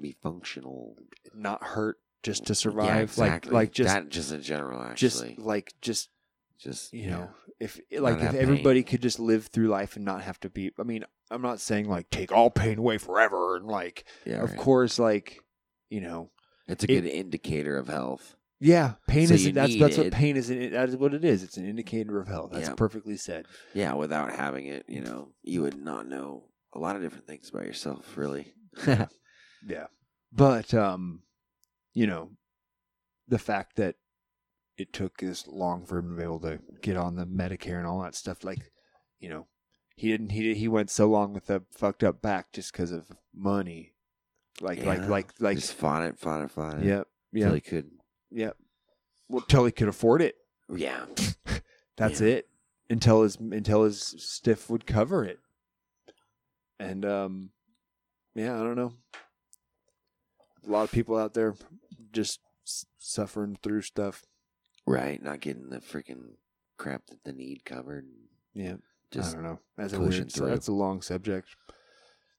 Speaker 6: Be functional.
Speaker 2: not hurt just to
Speaker 6: Yeah,
Speaker 2: survive
Speaker 6: exactly.
Speaker 2: like like just
Speaker 6: that just in general actually.
Speaker 2: just like just
Speaker 6: just
Speaker 2: you
Speaker 6: yeah.
Speaker 2: know if like if
Speaker 6: have pain.
Speaker 2: everybody could just live through life and not have to be i mean i'm not saying like take all pain away forever and like
Speaker 6: Yeah,
Speaker 2: of
Speaker 6: right.
Speaker 2: course like you know
Speaker 6: It's a
Speaker 2: it-
Speaker 6: good indicator of health.
Speaker 2: yeah pain
Speaker 6: So
Speaker 2: is
Speaker 6: you
Speaker 2: that's
Speaker 6: need
Speaker 2: that's what
Speaker 6: it.
Speaker 2: pain is in- that is what it is it's an indicator of health that's
Speaker 6: Yeah.
Speaker 2: perfectly said
Speaker 6: Yeah, without having it, you know, you would not know a lot of different things about yourself, really.
Speaker 2: [laughs] yeah but um you know the fact that it took this long for him to be able to get on the medicare and all that stuff like you know he didn't he did, he went so long with a fucked up back just because of money like like
Speaker 6: Yeah.
Speaker 2: like
Speaker 6: Like,
Speaker 2: like
Speaker 6: [laughs] just uh, fought it, fought it, fought it.
Speaker 2: yep
Speaker 6: Till
Speaker 2: yeah
Speaker 6: he could.
Speaker 2: yep well till he could afford it
Speaker 6: Yeah.
Speaker 2: that's
Speaker 6: Yeah.
Speaker 2: it until his until his stiff would cover it and um yeah i don't know a lot of people out there just s- suffering through stuff
Speaker 6: Right. Not getting the freaking crap that they need covered.
Speaker 2: yeah i
Speaker 6: Just
Speaker 2: don't know that's a
Speaker 6: pushing
Speaker 2: weird
Speaker 6: through.
Speaker 2: that's a long subject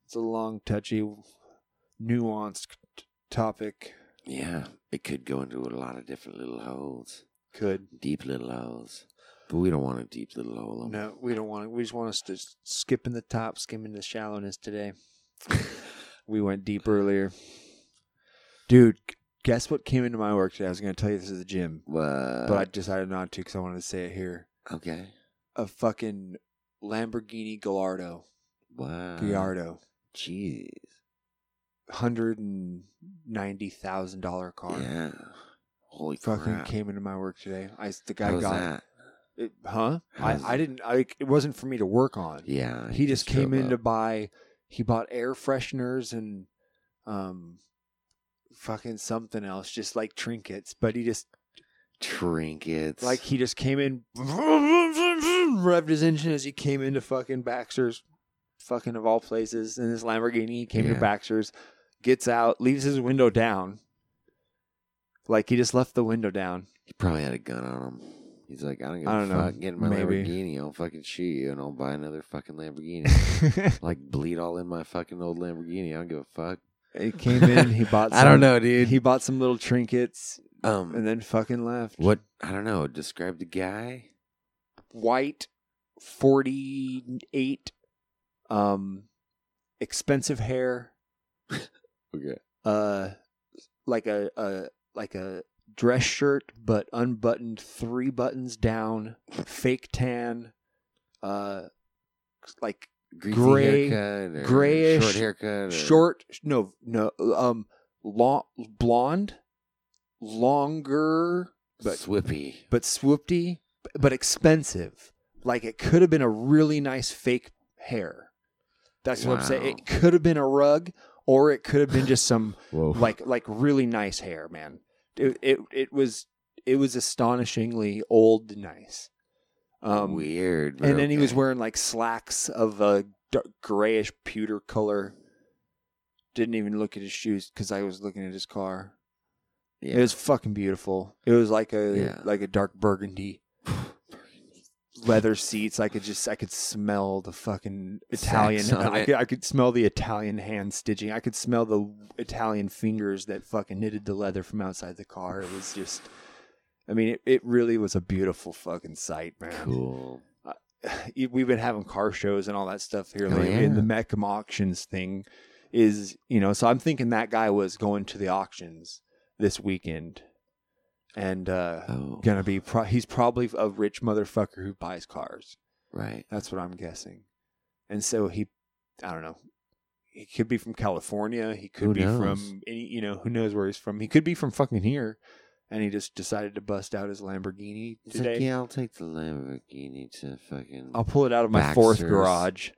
Speaker 2: it's a long touchy nuanced t- topic
Speaker 6: yeah, it could go into a lot of different little holes,
Speaker 2: could
Speaker 6: deep little holes. But we don't want a deep little hole.
Speaker 2: no we don't want to we just want us to s- skip in the top skim in the
Speaker 6: [laughs]
Speaker 2: shallowness today we went deep earlier dude c- Guess what came into my work today? I was going to tell you this is the gym,
Speaker 6: Well,
Speaker 2: but I decided not to because I wanted to say it here.
Speaker 6: okay.
Speaker 2: A fucking Lamborghini Gallardo,
Speaker 6: Wow.
Speaker 2: Gallardo,
Speaker 6: Jeez.
Speaker 2: hundred and ninety thousand dollar car.
Speaker 6: Yeah. Holy
Speaker 2: Fucking
Speaker 6: crap.
Speaker 2: came into my work today. I the guy
Speaker 6: How was
Speaker 2: got
Speaker 6: that?
Speaker 2: it, huh?
Speaker 6: How
Speaker 2: I,
Speaker 6: was
Speaker 2: I
Speaker 6: it?
Speaker 2: didn't. I it wasn't for me to work on.
Speaker 6: Yeah.
Speaker 2: he just came
Speaker 6: drove
Speaker 2: in to
Speaker 6: up.
Speaker 2: buy he bought air fresheners and um fucking something else just like trinkets but he just
Speaker 6: trinkets.
Speaker 2: like he just came in revved his engine as he came into fucking baxter's fucking of all places in this lamborghini he came to
Speaker 6: Yeah.
Speaker 2: baxter's gets out leaves his window down like he just left the
Speaker 6: [laughs]
Speaker 2: window down
Speaker 6: He probably had a gun on him. He's like, I don't give
Speaker 2: I
Speaker 6: a
Speaker 2: don't know.
Speaker 6: fuck. Get in my
Speaker 2: Maybe.
Speaker 6: Lamborghini. I'll fucking shoot you and I'll buy another fucking Lamborghini. [laughs] like, bleed all in my fucking old Lamborghini. I don't give a fuck.
Speaker 2: he came in he bought some,
Speaker 6: I don't know, dude.
Speaker 2: he bought some little trinkets
Speaker 6: um,
Speaker 2: and then fucking left
Speaker 6: what? I don't know. Describe the guy.
Speaker 2: white, forty eight, um, expensive hair,
Speaker 6: Okay.
Speaker 2: uh, like a, a like a dress shirt but unbuttoned, three buttons down, fake tan, uh, like
Speaker 6: Greasy
Speaker 2: Gray-
Speaker 6: haircut or
Speaker 2: grayish,
Speaker 6: short haircut. Or,
Speaker 2: short, no, no, um, long, blonde, longer, but
Speaker 6: swippy.
Speaker 2: but swoopty, but expensive. Like it could have been a really nice fake hair. That's what I'm saying.
Speaker 6: Wow.
Speaker 2: It could have been a rug, or it could have been just some
Speaker 6: Whoa.
Speaker 2: like like really nice hair, man. It it, it was it was astonishingly old and nice. Um,
Speaker 6: Weird. but
Speaker 2: and then he was
Speaker 6: okay.
Speaker 2: wearing like slacks of a dark grayish pewter color. Didn't even look at his shoes because I was looking at his car.
Speaker 6: Yeah.
Speaker 2: It was fucking beautiful. It was like a
Speaker 6: Yeah.
Speaker 2: like a
Speaker 6: [sighs]
Speaker 2: dark burgundy. Leather seats. I could just I could smell the fucking Italian.
Speaker 6: on
Speaker 2: I
Speaker 6: it.
Speaker 2: could, I could smell the Italian hand stitching. I could smell the Italian fingers that fucking knitted the leather from outside the car. It was just. I mean, it, it really was a beautiful fucking sight, man.
Speaker 6: cool.
Speaker 2: You- e, we've been having car shows and all that stuff here
Speaker 6: Oh,
Speaker 2: lately.
Speaker 6: yeah.
Speaker 2: And the Mecham auctions thing is, you know, so I'm thinking that guy was going to the auctions this weekend and uh
Speaker 6: Oh,
Speaker 2: gonna be pro- he's probably a rich motherfucker who buys cars.
Speaker 6: right.
Speaker 2: That's what I'm guessing. And so he I don't know. He could be from California, he could
Speaker 6: Who
Speaker 2: be
Speaker 6: knows?
Speaker 2: from any you know, who knows where he's from. He could be from fucking here. And he just decided to bust out his Lamborghini
Speaker 6: It's
Speaker 2: today.
Speaker 6: like, yeah, I'll take the Lamborghini to fucking.
Speaker 2: I'll pull it out of my fourth
Speaker 6: Baxter's.
Speaker 2: garage.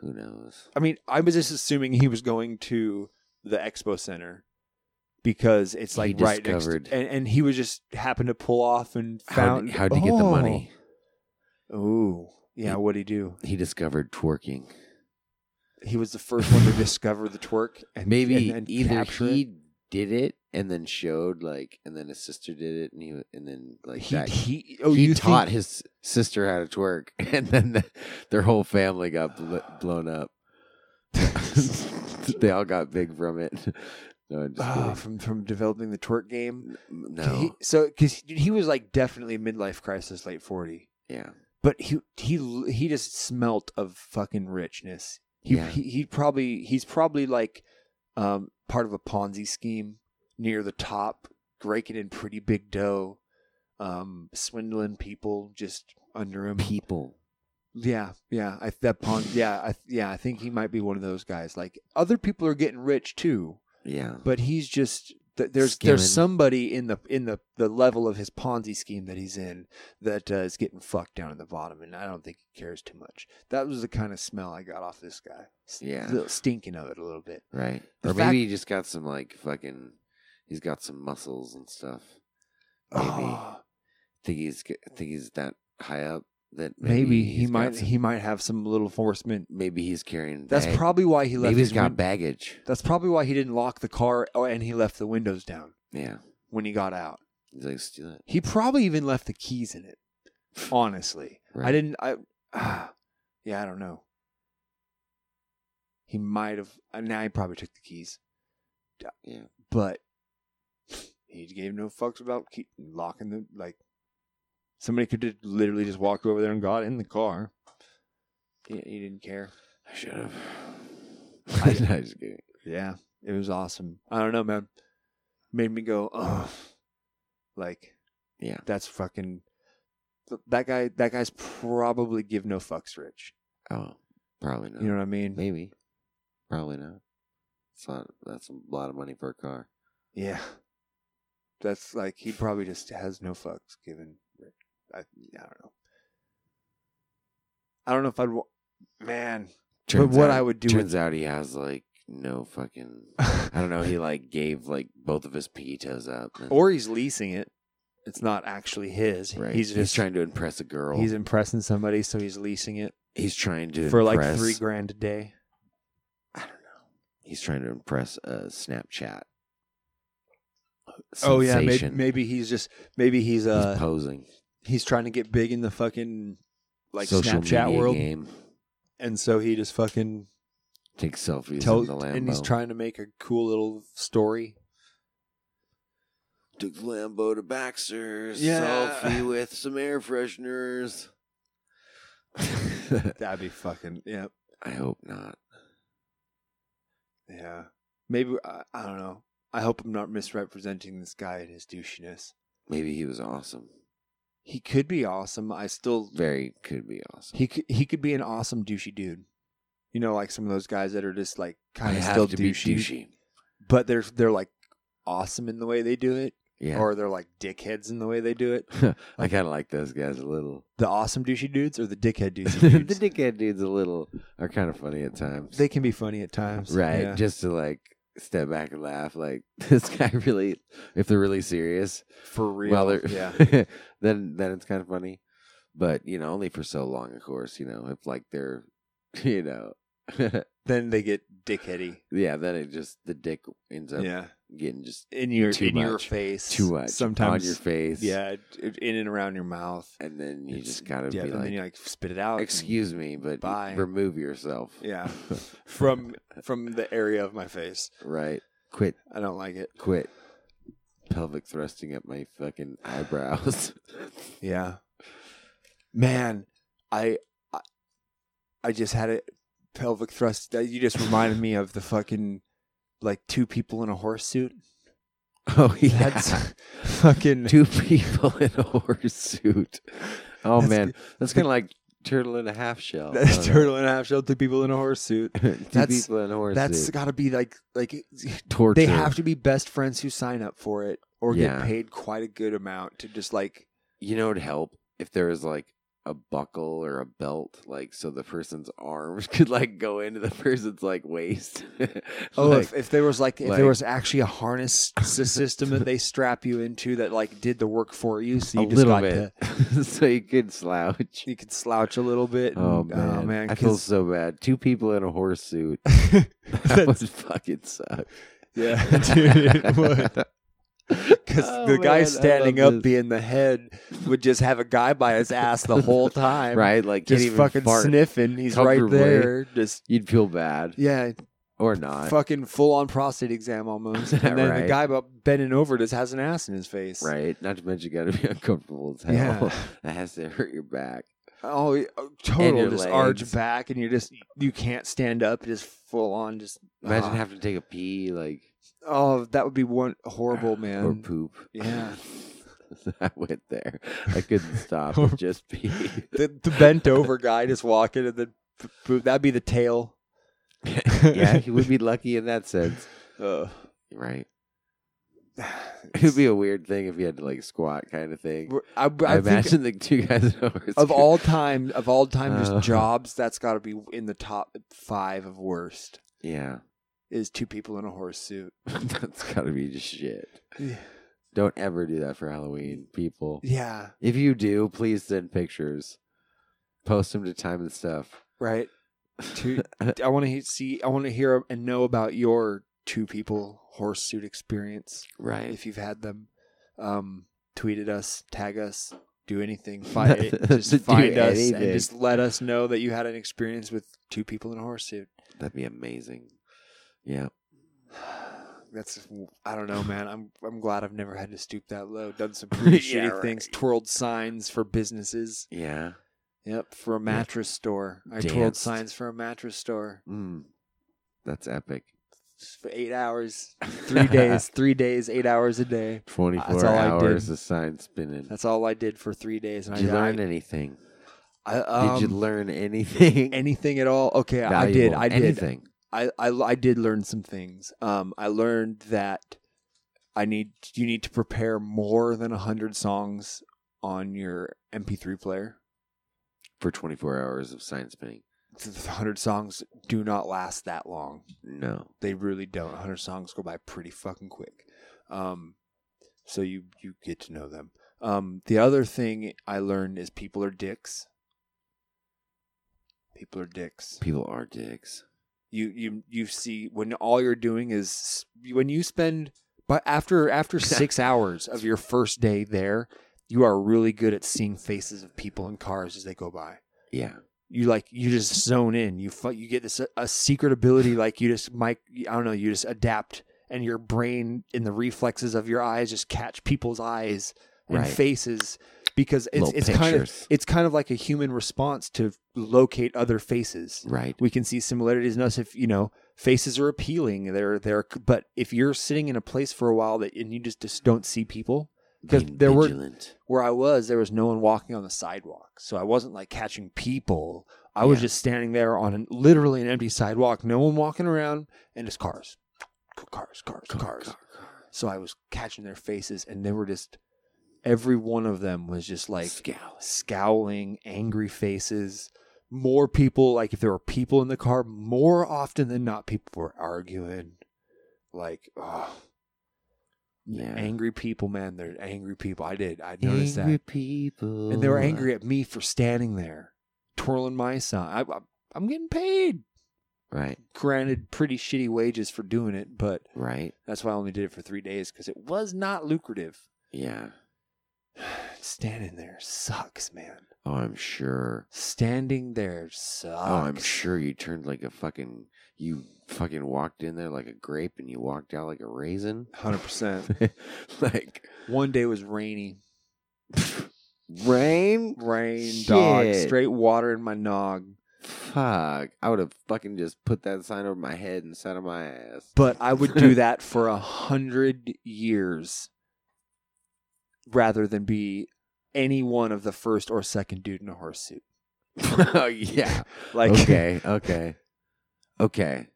Speaker 6: Who knows?
Speaker 2: I mean, I was just assuming he was going to the expo center because it's
Speaker 6: He
Speaker 2: like right
Speaker 6: discovered-
Speaker 2: next to, and, and he was just happened to pull off and
Speaker 6: How'd,
Speaker 2: found
Speaker 6: how'd you get the money?
Speaker 2: Oh. Ooh. Yeah,
Speaker 6: He-
Speaker 2: what'd he do?
Speaker 6: He discovered twerking.
Speaker 2: He was the first one to discover the twerk and
Speaker 6: Maybe
Speaker 2: and, and
Speaker 6: either
Speaker 2: capture
Speaker 6: he
Speaker 2: it.
Speaker 6: did it and then showed like, and then his sister did it, and he and then like
Speaker 2: he,
Speaker 6: that. He,
Speaker 2: he oh you
Speaker 6: taught
Speaker 2: think,
Speaker 6: his sister how to twerk, [laughs] and then the, their whole family got bl- blown up. [laughs] they all got big from it. [laughs] No, I'm just
Speaker 2: Ah, from from developing the twerk game.
Speaker 6: kidding. No,
Speaker 2: He, so because he was like definitely midlife crisis, late forty.
Speaker 6: yeah,
Speaker 2: but he he he just smelt of fucking richness. He
Speaker 6: Yeah.
Speaker 2: he, he probably he's probably like um, part of a Ponzi scheme near the top, raking in pretty big dough, um, swindling people just under him.
Speaker 6: people.
Speaker 2: Yeah, yeah, I, that Ponzi. Yeah, I, yeah, I think he might be one of those guys. Like other people are getting rich too,
Speaker 6: Yeah,
Speaker 2: but he's just th- there's
Speaker 6: Skimming.
Speaker 2: there's somebody in the in the the level of his Ponzi scheme that he's in that uh, is getting fucked down at the bottom, and I don't think he cares too much. That was the kind of smell I got off this guy. S-
Speaker 6: Yeah.
Speaker 2: little stinking of it a little bit.
Speaker 6: Right.
Speaker 2: The
Speaker 6: or
Speaker 2: fact-
Speaker 6: maybe he just got some like fucking he's got some muscles and stuff. Maybe.
Speaker 2: Ah.
Speaker 6: Think he's g- think he's that high up that
Speaker 2: maybe,
Speaker 6: maybe,
Speaker 2: he
Speaker 6: he's got
Speaker 2: might
Speaker 6: some-
Speaker 2: he might have some little enforcement.
Speaker 6: maybe he's carrying
Speaker 2: That's
Speaker 6: bag-
Speaker 2: probably why he left.
Speaker 6: maybe he's
Speaker 2: his
Speaker 6: got
Speaker 2: win-
Speaker 6: baggage.
Speaker 2: That's probably why he didn't lock the car, oh, and he left the windows down
Speaker 6: Yeah.
Speaker 2: when he got out.
Speaker 6: He's like steal it.
Speaker 2: He probably even left the keys in it. Honestly, I
Speaker 6: Right.
Speaker 2: didn't. I [sighs] ah, yeah, I don't know. He might have. uh, Now he probably took the keys. D-
Speaker 6: Yeah.
Speaker 2: but he gave no fucks about keep locking the like. Somebody could have literally just walked over there and got in the car. He, he didn't care.
Speaker 6: I should have. [laughs]
Speaker 2: [laughs]
Speaker 6: I just kidding.
Speaker 2: Yeah, it was awesome. I don't know, man. made me go, oh, like,
Speaker 6: Yeah.
Speaker 2: that's fucking. th- That guy, that guy's probably give no fucks rich.
Speaker 6: Oh, probably not.
Speaker 2: You know what I mean?
Speaker 6: Maybe. Probably not. It's not. That's a lot of money for a car.
Speaker 2: Yeah, that's like he probably just has no fucks given. I, I don't know. I don't know if I'd. wa- Man, but what
Speaker 6: out,
Speaker 2: I would do
Speaker 6: Turns out he has like no fucking. [laughs]
Speaker 2: with,
Speaker 6: I don't know. He like gave like both of his pitos up. and-
Speaker 2: or he's leasing it. It's not actually his.
Speaker 6: right.
Speaker 2: He's just
Speaker 6: trying to impress a girl.
Speaker 2: He's
Speaker 6: He's,
Speaker 2: impressing somebody, so he's leasing it
Speaker 6: trying to
Speaker 2: for
Speaker 6: impress,
Speaker 2: like three grand a day.
Speaker 6: I don't know. He's trying to impress a Snapchat.
Speaker 2: Oh yeah, maybe,
Speaker 6: sensation.
Speaker 2: maybe he's just maybe he's
Speaker 6: He's
Speaker 2: uh he's,
Speaker 6: posing
Speaker 2: trying to get big in the fucking like
Speaker 6: Social
Speaker 2: Snapchat
Speaker 6: media
Speaker 2: world,
Speaker 6: game.
Speaker 2: and so he just fucking
Speaker 6: Take selfies in
Speaker 2: tells
Speaker 6: the Lambo.
Speaker 2: and he's trying to make a cool little story.
Speaker 6: Took the Lambo to Baxter's.
Speaker 2: Yeah.
Speaker 6: Selfie with some air
Speaker 2: [laughs]
Speaker 6: fresheners.
Speaker 2: That'd be fucking yeah
Speaker 6: I hope not.
Speaker 2: yeah. Maybe I, I don't know. I hope I'm not misrepresenting this guy and his douchiness.
Speaker 6: Maybe he was awesome.
Speaker 2: He could be awesome. I still
Speaker 6: Very could be awesome.
Speaker 2: he could he could be an awesome douchey dude. You know, like some of those guys that are just like
Speaker 6: I
Speaker 2: kind of
Speaker 6: have
Speaker 2: still
Speaker 6: to be
Speaker 2: douchey. but they're they're like awesome in the way they do it,
Speaker 6: Yeah.
Speaker 2: or they're like dickheads in the way they do it.
Speaker 6: [laughs] I kind of like those guys a
Speaker 2: [laughs]
Speaker 6: little.
Speaker 2: The awesome douchey dudes or
Speaker 6: [laughs]
Speaker 2: the dickhead
Speaker 6: the
Speaker 2: douchey dudes.
Speaker 6: dickhead dudes a little are kind of funny at times.
Speaker 2: they can be funny at times,
Speaker 6: right.
Speaker 2: Yeah.
Speaker 6: Just to like step back and laugh. Like [laughs] this guy really, if they're really serious,
Speaker 2: For real,
Speaker 6: well, they're, [laughs]
Speaker 2: yeah.
Speaker 6: then then it's kind of funny, but you know, only for so long, of course. You know, if like they're, [laughs] you know, [laughs]
Speaker 2: Then they get dickheady.
Speaker 6: yeah, then it just the dick ends up
Speaker 2: yeah,
Speaker 6: getting just
Speaker 2: in your
Speaker 6: Too
Speaker 2: in your
Speaker 6: much.
Speaker 2: face,
Speaker 6: too much
Speaker 2: Sometimes
Speaker 6: on your face.
Speaker 2: yeah, it- in and around your mouth.
Speaker 6: and then you
Speaker 2: It's-
Speaker 6: just gotta
Speaker 2: yeah,
Speaker 6: be
Speaker 2: and
Speaker 6: like,
Speaker 2: then you like spit it out. and-
Speaker 6: excuse me, but
Speaker 2: Bye.
Speaker 6: remove yourself.
Speaker 2: yeah, from from the area of my face.
Speaker 6: [laughs] right. Quit,
Speaker 2: I don't like it.
Speaker 6: quit. Pelvic thrusting up my fucking eyebrows. [laughs]
Speaker 2: Yeah. Man, I I, I just had a pelvic thrust. That you just reminded me of the fucking like two people in a
Speaker 6: [laughs]
Speaker 2: horse suit. [laughs]
Speaker 6: oh yeah.
Speaker 2: That's fucking
Speaker 6: Two people in a horse suit. Oh
Speaker 2: That's
Speaker 6: man, that's kind of like turtle in a half shell. I
Speaker 2: that's
Speaker 6: don't know.
Speaker 2: turtle and a half shell. Two people in a horse suit.
Speaker 6: [laughs] Two
Speaker 2: [laughs] That's-
Speaker 6: people in a horse
Speaker 2: That's
Speaker 6: suit.
Speaker 2: got to be like like
Speaker 6: torture.
Speaker 2: they have to be best friends who sign up for it or
Speaker 6: Yeah.
Speaker 2: get paid quite a good amount to just like
Speaker 6: You know, it'd help if there was like a buckle or a belt, like so the person's arms [laughs] could like go into the person's like waist. [laughs]
Speaker 2: oh
Speaker 6: Like,
Speaker 2: if, if there was like, if
Speaker 6: like-
Speaker 2: there was actually a harness
Speaker 6: [laughs]
Speaker 2: s- system that they strap you into that like did the work for you so
Speaker 6: a
Speaker 2: you just
Speaker 6: little
Speaker 2: got to
Speaker 6: bit, [laughs] so you could slouch.
Speaker 2: you could slouch a little bit.
Speaker 6: Oh
Speaker 2: and-
Speaker 6: man. I feel
Speaker 2: 'cause-
Speaker 6: so bad. Two people in a horse
Speaker 2: [laughs]
Speaker 6: suit. [laughs] That
Speaker 2: That's-
Speaker 6: would fucking suck. [laughs]
Speaker 2: yeah, [laughs] dude, it would. Because
Speaker 6: Oh,
Speaker 2: the guy
Speaker 6: man, I
Speaker 2: standing
Speaker 6: love
Speaker 2: up,
Speaker 6: this.
Speaker 2: being the head, would just have a guy by his ass the
Speaker 6: [laughs]
Speaker 2: whole
Speaker 6: [laughs]
Speaker 2: time,
Speaker 6: right, like can't
Speaker 2: Just
Speaker 6: even
Speaker 2: fucking
Speaker 6: fart.
Speaker 2: sniffing. He's right
Speaker 6: comfortably.
Speaker 2: there, just
Speaker 6: You'd feel bad
Speaker 2: yeah,
Speaker 6: or not,
Speaker 2: fucking full on prostate exam
Speaker 6: [laughs]
Speaker 2: almost. And then
Speaker 6: Right.
Speaker 2: the guy about bending over just has an ass in his face.
Speaker 6: right? Not to mention, you got to be [laughs] uncomfortable as hell. [laughs]
Speaker 2: Yeah.
Speaker 6: that has to hurt your back.
Speaker 2: Oh, yeah, oh,
Speaker 6: And
Speaker 2: total
Speaker 6: your
Speaker 2: just
Speaker 6: legs.
Speaker 2: arch back, and you're just you can't stand up. Just full on, just
Speaker 6: Imagine
Speaker 2: ah.
Speaker 6: having to take a pee, like
Speaker 2: oh, that would be one
Speaker 6: [sighs]
Speaker 2: horrible man.
Speaker 6: or poop.
Speaker 2: yeah.
Speaker 6: [laughs] I went there. I couldn't stop
Speaker 2: [laughs] Or-
Speaker 6: and just pee.
Speaker 2: the, the bent over guy just walking and then p- p- that'd be the tail. [sighs]
Speaker 6: yeah, he would be lucky in that sense,
Speaker 2: Uh,
Speaker 6: right? It would be a weird thing if he had to like squat, kind of thing.
Speaker 2: I, I
Speaker 6: I,
Speaker 2: think
Speaker 6: imagine the two guys [laughs] in a horse
Speaker 2: of
Speaker 6: suit.
Speaker 2: all time, of all time, just
Speaker 6: Uh.
Speaker 2: jobs that's got to be in the top five of worst.
Speaker 6: Yeah, [laughs]
Speaker 2: Is two people in a horse suit.
Speaker 6: that's gotta be just shit.
Speaker 2: Yeah.
Speaker 6: Don't ever do that for Halloween, people.
Speaker 2: Yeah,
Speaker 6: If you do, please send pictures. Post them to time and stuff.
Speaker 2: right. Two.
Speaker 6: [laughs]
Speaker 2: I want to see. I want to hear and know about your two people horse suit experience
Speaker 6: Right.
Speaker 2: if you've had them. Um, tweet at us, tag us,
Speaker 6: [laughs]
Speaker 2: do anything. Find
Speaker 6: Do
Speaker 2: just find us
Speaker 6: anything.
Speaker 2: and just [sighs] let us know that you had an experience with two people in a horse suit.
Speaker 6: That'd be amazing. Yeah.
Speaker 2: That's I don't know, man. I'm I'm glad I've never had to stoop that low.
Speaker 6: [laughs]
Speaker 2: Done some pretty shitty things. Twirled signs for businesses.
Speaker 6: Yeah.
Speaker 2: Yep, for a mattress store. I twirled
Speaker 6: Danced.
Speaker 2: signs for a mattress store.
Speaker 6: Mm. That's epic.
Speaker 2: for eight [laughs] hours, three days, three days, eight hours a day.
Speaker 6: [laughs] Twenty-four
Speaker 2: That's all I
Speaker 6: hours
Speaker 2: did.
Speaker 6: of sign spinning.
Speaker 2: That's all I did for three days. And
Speaker 6: Did you
Speaker 2: I,
Speaker 6: learn anything?
Speaker 2: I, um,
Speaker 6: did you learn anything?
Speaker 2: anything at all?
Speaker 6: [laughs]
Speaker 2: Okay,
Speaker 6: valuable?
Speaker 2: I did. I did.
Speaker 6: Anything?
Speaker 2: I, I I did learn some things. Um, I learned that I need you need to prepare more than hundred songs on your MP3 player.
Speaker 6: for 24 hours of sign spinning.
Speaker 2: Hundred songs do not last that long.
Speaker 6: No.
Speaker 2: They really don't. Hundred songs go by pretty fucking quick. Um, so you you get to know them. Um, the other thing I learned is people are dicks. People are dicks.
Speaker 6: People are dicks.
Speaker 2: you you you see when all you're doing is when you spend but after
Speaker 6: [laughs]
Speaker 2: after six hours of your first day there you are really good at seeing faces of people and cars as they go by
Speaker 6: Yeah.
Speaker 2: you like you just zone in you fu- you get this uh, a, secret ability like you just mic i don't know you just adapt and your brain and the reflexes of your eyes just catch people's eyes and
Speaker 6: Right.
Speaker 2: faces because it's,
Speaker 6: Little
Speaker 2: it's kind of
Speaker 6: pictures.
Speaker 2: it's kind of like a human response to locate other faces
Speaker 6: Right.
Speaker 2: we can see similarities in us if you know faces are appealing they're they're but if you're sitting in a place for a while that and you just, just don't see people because
Speaker 6: Being
Speaker 2: there were
Speaker 6: vigilant.
Speaker 2: where i was there was no one walking on the sidewalk so i wasn't like catching people i was
Speaker 6: Yeah.
Speaker 2: just standing there on an, literally an empty sidewalk no one walking around and just cars cars cars cars so i was catching their faces and they were just every one of them was just like
Speaker 6: Scowl.
Speaker 2: scowling, angry faces. More people, like if there were people in the car, more often than not, people were arguing. Like, oh,
Speaker 6: Yeah.
Speaker 2: angry people, man. They're angry people. I did. I noticed
Speaker 6: Angry
Speaker 2: that.
Speaker 6: people.
Speaker 2: And they were angry at me for standing there, twirling my sign. I, I, I'm getting paid.
Speaker 6: Right.
Speaker 2: Granted, pretty shitty wages for doing it, but
Speaker 6: Right.
Speaker 2: that's why I only did it for three days because it was not lucrative. [sighs]
Speaker 6: Yeah.
Speaker 2: Standing there sucks, man.
Speaker 6: Oh, I'm sure.
Speaker 2: Standing there sucks.
Speaker 6: Oh, I'm sure you turned like a fucking. You fucking walked in there like a grape and you walked out like a raisin. [laughs]
Speaker 2: Hundred percent.
Speaker 6: like.
Speaker 2: One day was rainy.
Speaker 6: Rain?
Speaker 2: Rain, dog,
Speaker 6: Shit.
Speaker 2: straight water in my nog.
Speaker 6: Fuck. I would have fucking just put that sign over my head and sat on my ass.
Speaker 2: But I would [laughs] do that for a hundred years rather than be any one of the first or second dude in a horse suit.
Speaker 6: [laughs]
Speaker 2: [laughs]
Speaker 6: oh, yeah.
Speaker 2: Like [laughs]
Speaker 6: okay, okay, okay.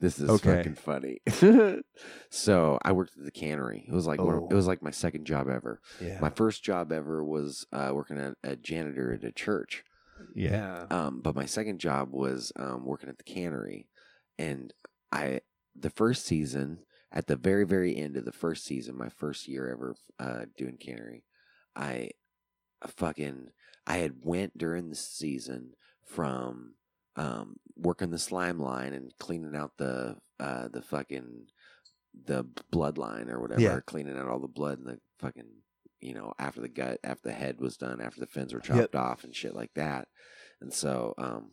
Speaker 6: This is
Speaker 2: Okay.
Speaker 6: fucking funny. [laughs] so I worked at the cannery. It was like one of- it
Speaker 2: Oh.
Speaker 6: was like my second job ever.
Speaker 2: yeah.
Speaker 6: My first job ever was uh, working at a janitor at a church.
Speaker 2: yeah.
Speaker 6: Um, but my second job was um, working at the cannery, and I the first season at the very very end of the first season, my first year ever uh, doing cannery, I fucking I had went during the season from um, working the slime line and cleaning out the uh, the fucking the bloodline or whatever,
Speaker 2: Yeah.
Speaker 6: cleaning out all the blood and the fucking you know after the gut after the head was done after the fins were chopped off and shit like that and so um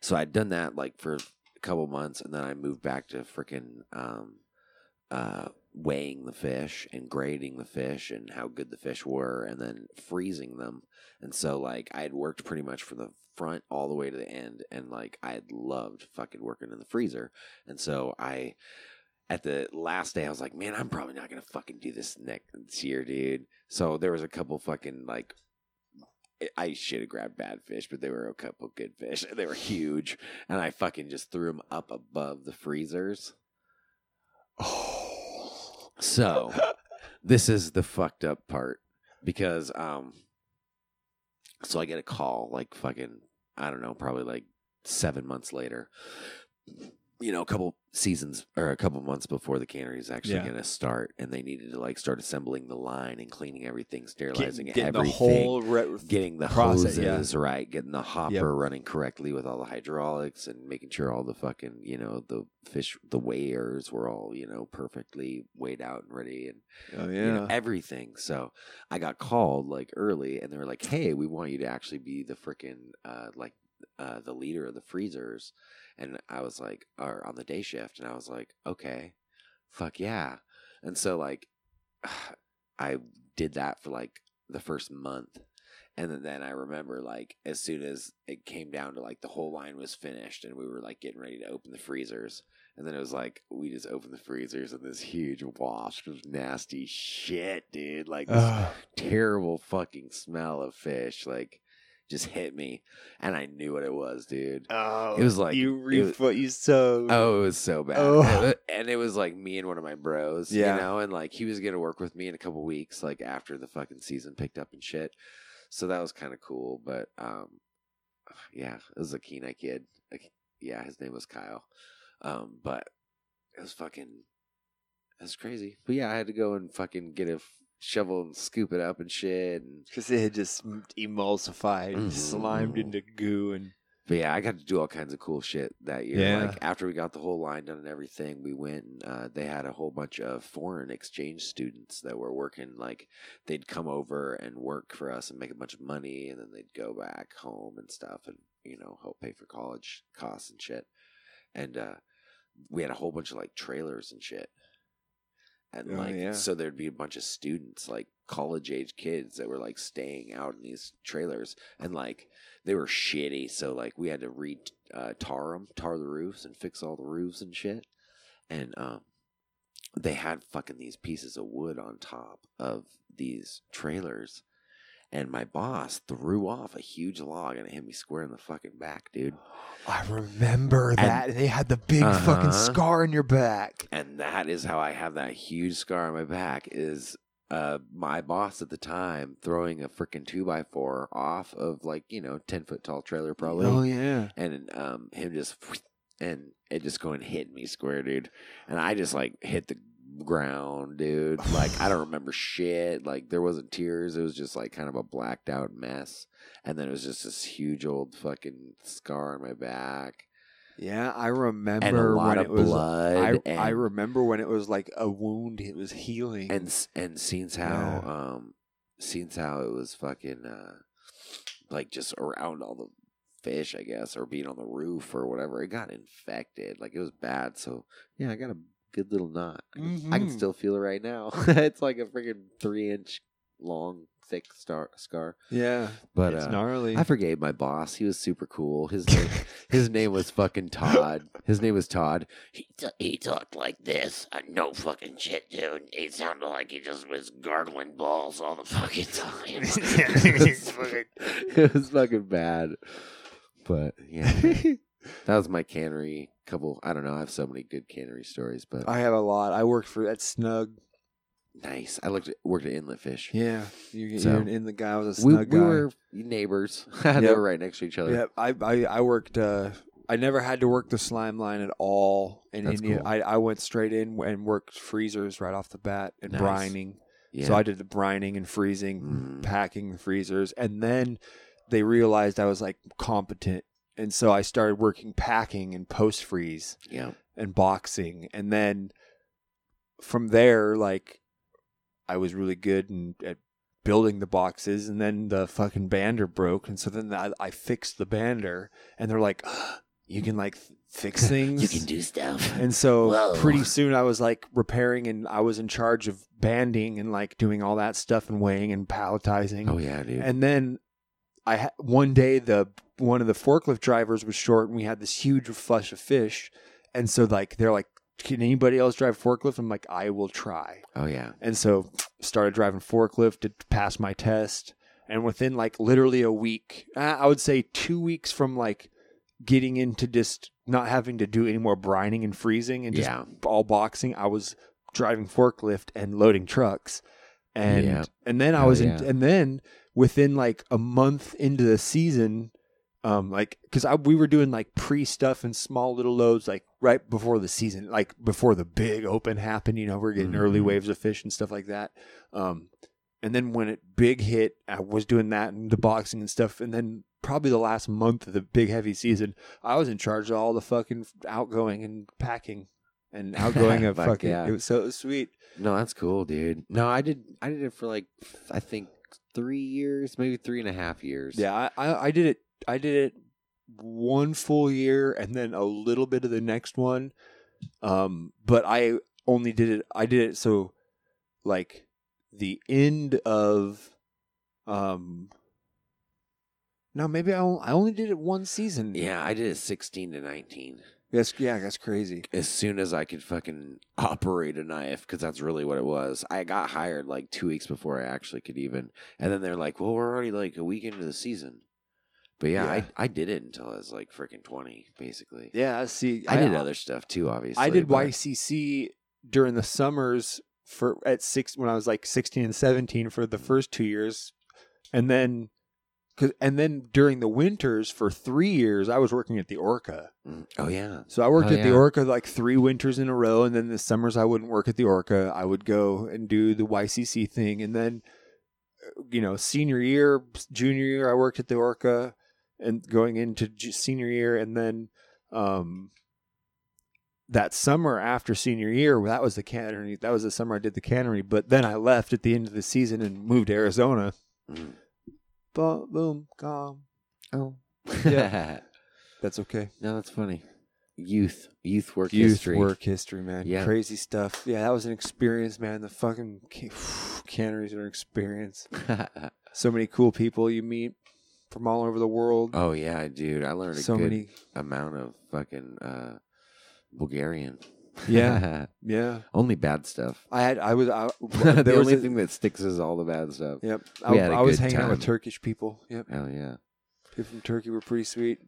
Speaker 6: so i'd done that like for a couple months and then i moved back to freaking um uh weighing the fish and grading the fish and how good the fish were and then freezing them and so like i had worked pretty much from the front all the way to the end and like i had loved fucking working in the freezer and so i at the last day i was like man i'm probably not gonna fucking do this next this year dude so there was a couple fucking like I should have grabbed bad fish, but they were a couple good fish. [laughs] They were huge, and I fucking just threw them up above the freezers. Oh,
Speaker 2: [laughs]
Speaker 6: so this is the fucked up part because um, so I get a call like fucking I don't know, probably like seven months later. You know, a couple seasons or a couple months before the cannery is actually
Speaker 2: Yeah.
Speaker 6: going to start, and they needed to like start assembling the line and cleaning everything, sterilizing
Speaker 2: Getting, getting the
Speaker 6: everything
Speaker 2: whole re-
Speaker 6: getting the
Speaker 2: process, yeah.
Speaker 6: hoses right, getting the hopper running correctly with all the hydraulics, and making sure all the fucking you know the fish the weighers were all you know perfectly weighed out and ready and
Speaker 2: oh,
Speaker 6: you know, everything. So I got called like early, and they were like, "Hey, we want you to actually be the freaking uh, like uh, the leader of the freezers." And I was like, or on the day shift, and I was like, "Okay, fuck yeah!" [sighs] And so like, I did that for like the first month, And then, then I remember, like, as soon as it came down to like the whole line was finished and we were like getting ready to open the freezers. And then it was like, we just opened the freezers and this huge waft of nasty shit, dude. Like, this
Speaker 2: Ugh.
Speaker 6: [sighs] terrible fucking smell of fish. Like, just hit me. And I knew what it was, dude.
Speaker 2: Oh,
Speaker 6: It was like-
Speaker 2: you
Speaker 6: it
Speaker 2: reef what you so.
Speaker 6: Oh, it was so bad.
Speaker 2: Oh.
Speaker 6: And it was like me and one of my bros,
Speaker 2: Yeah.
Speaker 6: you know, and like he was going to work with me in a couple weeks, like after the fucking season picked up and shit. So that was kind of cool. But um, yeah, it was a Kenai kid. Like, yeah, his name was Kyle. Um, but it was fucking, that's crazy. But yeah, I had to go and fucking get a f- shovel and scoop it up and shit. And
Speaker 2: because it had just emulsified,
Speaker 6: Mhm.
Speaker 2: slimed into goo, and
Speaker 6: But yeah, I got to do all kinds of cool shit that year.
Speaker 2: Yeah.
Speaker 6: Like after we got the whole line done and everything, we went and uh, they had a whole bunch of foreign exchange students that were working. Like they'd come over and work for us and make a bunch of money, and then they'd go back home and stuff, and you know help pay for college costs and shit. And uh, we had a whole bunch of like trailers and shit. And
Speaker 2: Oh,
Speaker 6: like
Speaker 2: yeah.
Speaker 6: so there'd be a bunch of students, like college age kids that were like staying out in these trailers and like they were shitty, so like we had to re uh, tar them, tar the roofs and fix all the roofs and shit. And um they had fucking these pieces of wood on top of these trailers. And my boss threw off a huge log and it hit me square in the fucking back, dude.
Speaker 2: I remember that they had the big
Speaker 6: Uh-huh.
Speaker 2: fucking scar in your back.
Speaker 6: and that is how I have that huge scar on my back. Is uh, my boss at the time throwing a freaking two by four off of like you know ten foot tall trailer probably,
Speaker 2: Oh, yeah,
Speaker 6: and um him just and it just going hitting me square, dude, and I just like hit the ground, dude. Like I don't remember shit. Like there wasn't tears. It was just like kind of a blacked out mess, and then it was just this huge old fucking scar on my back.
Speaker 2: yeah. I
Speaker 6: And a
Speaker 2: remember
Speaker 6: lot
Speaker 2: when
Speaker 6: of
Speaker 2: it was.
Speaker 6: blood.
Speaker 2: I,
Speaker 6: and
Speaker 2: I remember when it was like a wound; it was healing.
Speaker 6: and s- and since how um since how it was fucking uh like just around all the fish i guess or being on the roof or whatever it got infected like it was bad so yeah i got a good little knot i can, I can
Speaker 2: Mhm.
Speaker 6: still feel it right now [laughs] it's like a freaking three inch long thick star scar
Speaker 2: yeah,
Speaker 6: but
Speaker 2: it's
Speaker 6: uh,
Speaker 2: gnarly.
Speaker 6: I forgave my boss. He was super cool. His name, his name was fucking Todd. His name was Todd.
Speaker 5: He, t- he talked like this. Uh, no fucking shit, dude. He sounded like he just was gargling balls all the fucking
Speaker 2: [laughs]
Speaker 5: [laughs] time.
Speaker 6: [laughs] it was fucking bad. But yeah, man. that was my cannery. Couple, I don't know. I have so many good cannery stories, but
Speaker 2: I have a lot. I worked for that snug.
Speaker 6: nice. I looked at, worked at Inlet Fish.
Speaker 2: Yeah, you,
Speaker 6: So-
Speaker 2: you're in the guy. I was a
Speaker 6: we,
Speaker 2: snug
Speaker 6: we
Speaker 2: guy.
Speaker 6: were uh, neighbors. [laughs] they
Speaker 2: Yep.
Speaker 6: were right next to each other.
Speaker 2: Yeah, I, I I worked. Uh, I never had to work the slime line at all in
Speaker 6: That's
Speaker 2: India.
Speaker 6: cool.
Speaker 2: I I went straight in and worked freezers right off the bat and
Speaker 6: Nice.
Speaker 2: brining.
Speaker 6: Yeah.
Speaker 2: So I did the brining and freezing,
Speaker 6: Mm.
Speaker 2: packing the freezers, and then they realized I was like competent, and so I started working packing and post freeze
Speaker 6: yeah.
Speaker 2: and boxing and then from there like i was really good and at building the boxes and then the fucking bander broke and so then i, I fixed the bander and they're like [gasps] you can like f- fix
Speaker 5: [laughs]
Speaker 2: things
Speaker 5: you can do stuff.
Speaker 2: and so
Speaker 5: Whoa.
Speaker 2: pretty soon I was like repairing and I was in charge of banding and like doing all that stuff and weighing and palletizing.
Speaker 6: Oh yeah, dude.
Speaker 2: And then I ha- one day the one of the forklift drivers was short, and we had this huge flush of fish. And so like they're like, "Can anybody else drive forklift?" I'm like, "I will try."
Speaker 6: oh yeah.
Speaker 2: And so started driving forklift to pass my test. And within like literally a week, uh, I would say two weeks from like getting into just not having to do any more brining and freezing and just
Speaker 6: Yeah.
Speaker 2: all boxing, I was driving forklift and loading trucks. And
Speaker 6: Yeah.
Speaker 2: and then I
Speaker 6: Hell
Speaker 2: was
Speaker 6: yeah.
Speaker 2: in, and then within like a month into the season, um, like because I we were doing like pre stuff and small little loads like right before the season, like before the big open happened. You know, we're getting early
Speaker 6: Mhm.
Speaker 2: waves of fish and stuff like that. Um, and then when it big hit, I was doing that and the boxing and stuff. And then probably the last month of the big heavy season, I was in charge of all the fucking outgoing and packing and
Speaker 6: [laughs]
Speaker 2: outgoing of
Speaker 6: Fuck
Speaker 2: fucking.
Speaker 6: yeah.
Speaker 2: It was so sweet.
Speaker 6: No, that's cool, dude. No, I did. I did it for like I think three years, maybe three and a half years.
Speaker 2: Yeah, I, I, I did it. I did it one full year and then a little bit of the next one. Um, but I only did it. I did it so like the end of um No, maybe I on- I only did it one season.
Speaker 6: Yeah, I did it 16 to 19.
Speaker 2: That's yeah, that's crazy.
Speaker 6: As soon as I could fucking operate a knife, because that's really what it was. I got hired like two weeks before I actually could even. And then they're like, well, we're already like a week into the season. But yeah,
Speaker 2: Yeah.
Speaker 6: I, I did it until I was like freaking 20, basically.
Speaker 2: Yeah, see,
Speaker 6: I did other stuff too, obviously.
Speaker 2: I did
Speaker 6: but-
Speaker 2: YCC during the summers for at six when I was like sixteen and seventeen for the first two years, and then, 'cause- and then during the winters for three years I was working at the Orca.
Speaker 6: Mm. Oh, yeah.
Speaker 2: So I worked
Speaker 6: Oh,
Speaker 2: at the
Speaker 6: yeah.
Speaker 2: Orca like three winters in a row, and then the summers I wouldn't work at the Orca. I would go and do the YCC thing, and then uh, you know, senior year, junior year, I worked at the Orca, and going into ju- senior year, and then um, that summer after senior year, that was the cannery. That was the summer I did the cannery, but then I left at the end of the season and moved to Arizona.
Speaker 6: Mm.
Speaker 2: Boom, boom, gone.
Speaker 6: Oh.
Speaker 2: Yeah. That's okay.
Speaker 6: no, that's funny. Youth. Youth work
Speaker 2: youth
Speaker 6: history.
Speaker 2: work history, man.
Speaker 6: Yeah.
Speaker 2: Crazy stuff. Yeah, that was an experience, man. The fucking ca- [sighs] canneries are an experience.
Speaker 6: [laughs]
Speaker 2: So many cool people you meet from all over the world.
Speaker 6: oh, yeah, dude. I learned a
Speaker 2: so
Speaker 6: good
Speaker 2: many.
Speaker 6: amount of fucking uh, Bulgarian. [laughs]
Speaker 2: Yeah. Yeah,
Speaker 6: Only bad stuff.
Speaker 2: I had. I
Speaker 6: [laughs]
Speaker 2: was. I,
Speaker 6: the
Speaker 2: [laughs] there was
Speaker 6: only
Speaker 2: a-
Speaker 6: thing that sticks is all the bad stuff.
Speaker 2: Yep. I,
Speaker 6: We had a
Speaker 2: I was
Speaker 6: good
Speaker 2: hanging out with
Speaker 6: time.
Speaker 2: Turkish people. Yep.
Speaker 6: Hell yeah.
Speaker 2: People from Turkey were pretty sweet.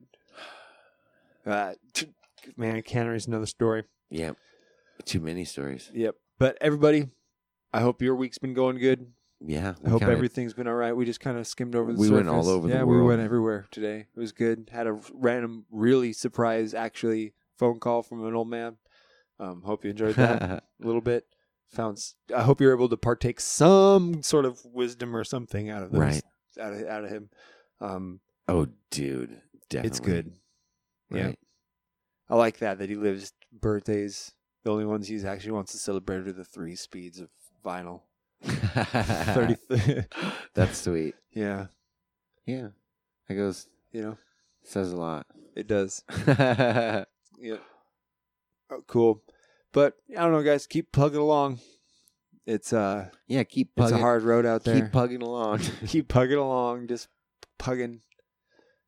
Speaker 2: Uh, t- man, canneries another story.
Speaker 6: Yep. Too many stories.
Speaker 2: Yep. But everybody, I hope your week's been going good.
Speaker 6: Yeah.
Speaker 2: I hope
Speaker 6: kinda-
Speaker 2: everything's been all right. We just kind of skimmed over the
Speaker 6: We
Speaker 2: surface.
Speaker 6: went all over the
Speaker 2: yeah, we
Speaker 6: world.
Speaker 2: went everywhere today. It was good. Had a random, really surprise, actually, phone call from an old man. Um, hope you
Speaker 6: [laughs]
Speaker 2: enjoyed that a little bit. Found. s- I hope you're able to partake some sort of wisdom or something out of those,
Speaker 6: Right.
Speaker 2: out of out of him. Um,
Speaker 6: oh, dude. Definitely.
Speaker 2: it's good. Yeah,
Speaker 6: Right.
Speaker 2: I like that that he lives birthdays. The only ones he actually wants to celebrate are the three speeds of
Speaker 6: [laughs]
Speaker 2: vinyl. [laughs] Thirty.
Speaker 6: That's sweet.
Speaker 2: yeah,
Speaker 6: Yeah. That goes,
Speaker 2: you know
Speaker 6: says a lot.
Speaker 2: it does.
Speaker 6: yeah.
Speaker 2: Yeah. Oh, cool. But I don't know, guys. Keep plugging along. It's uh,
Speaker 6: Keep
Speaker 2: it's
Speaker 6: pugging.
Speaker 2: a hard road out there.
Speaker 6: Keep pugging
Speaker 2: [laughs]
Speaker 6: along.
Speaker 2: Keep pugging along. Just pugging.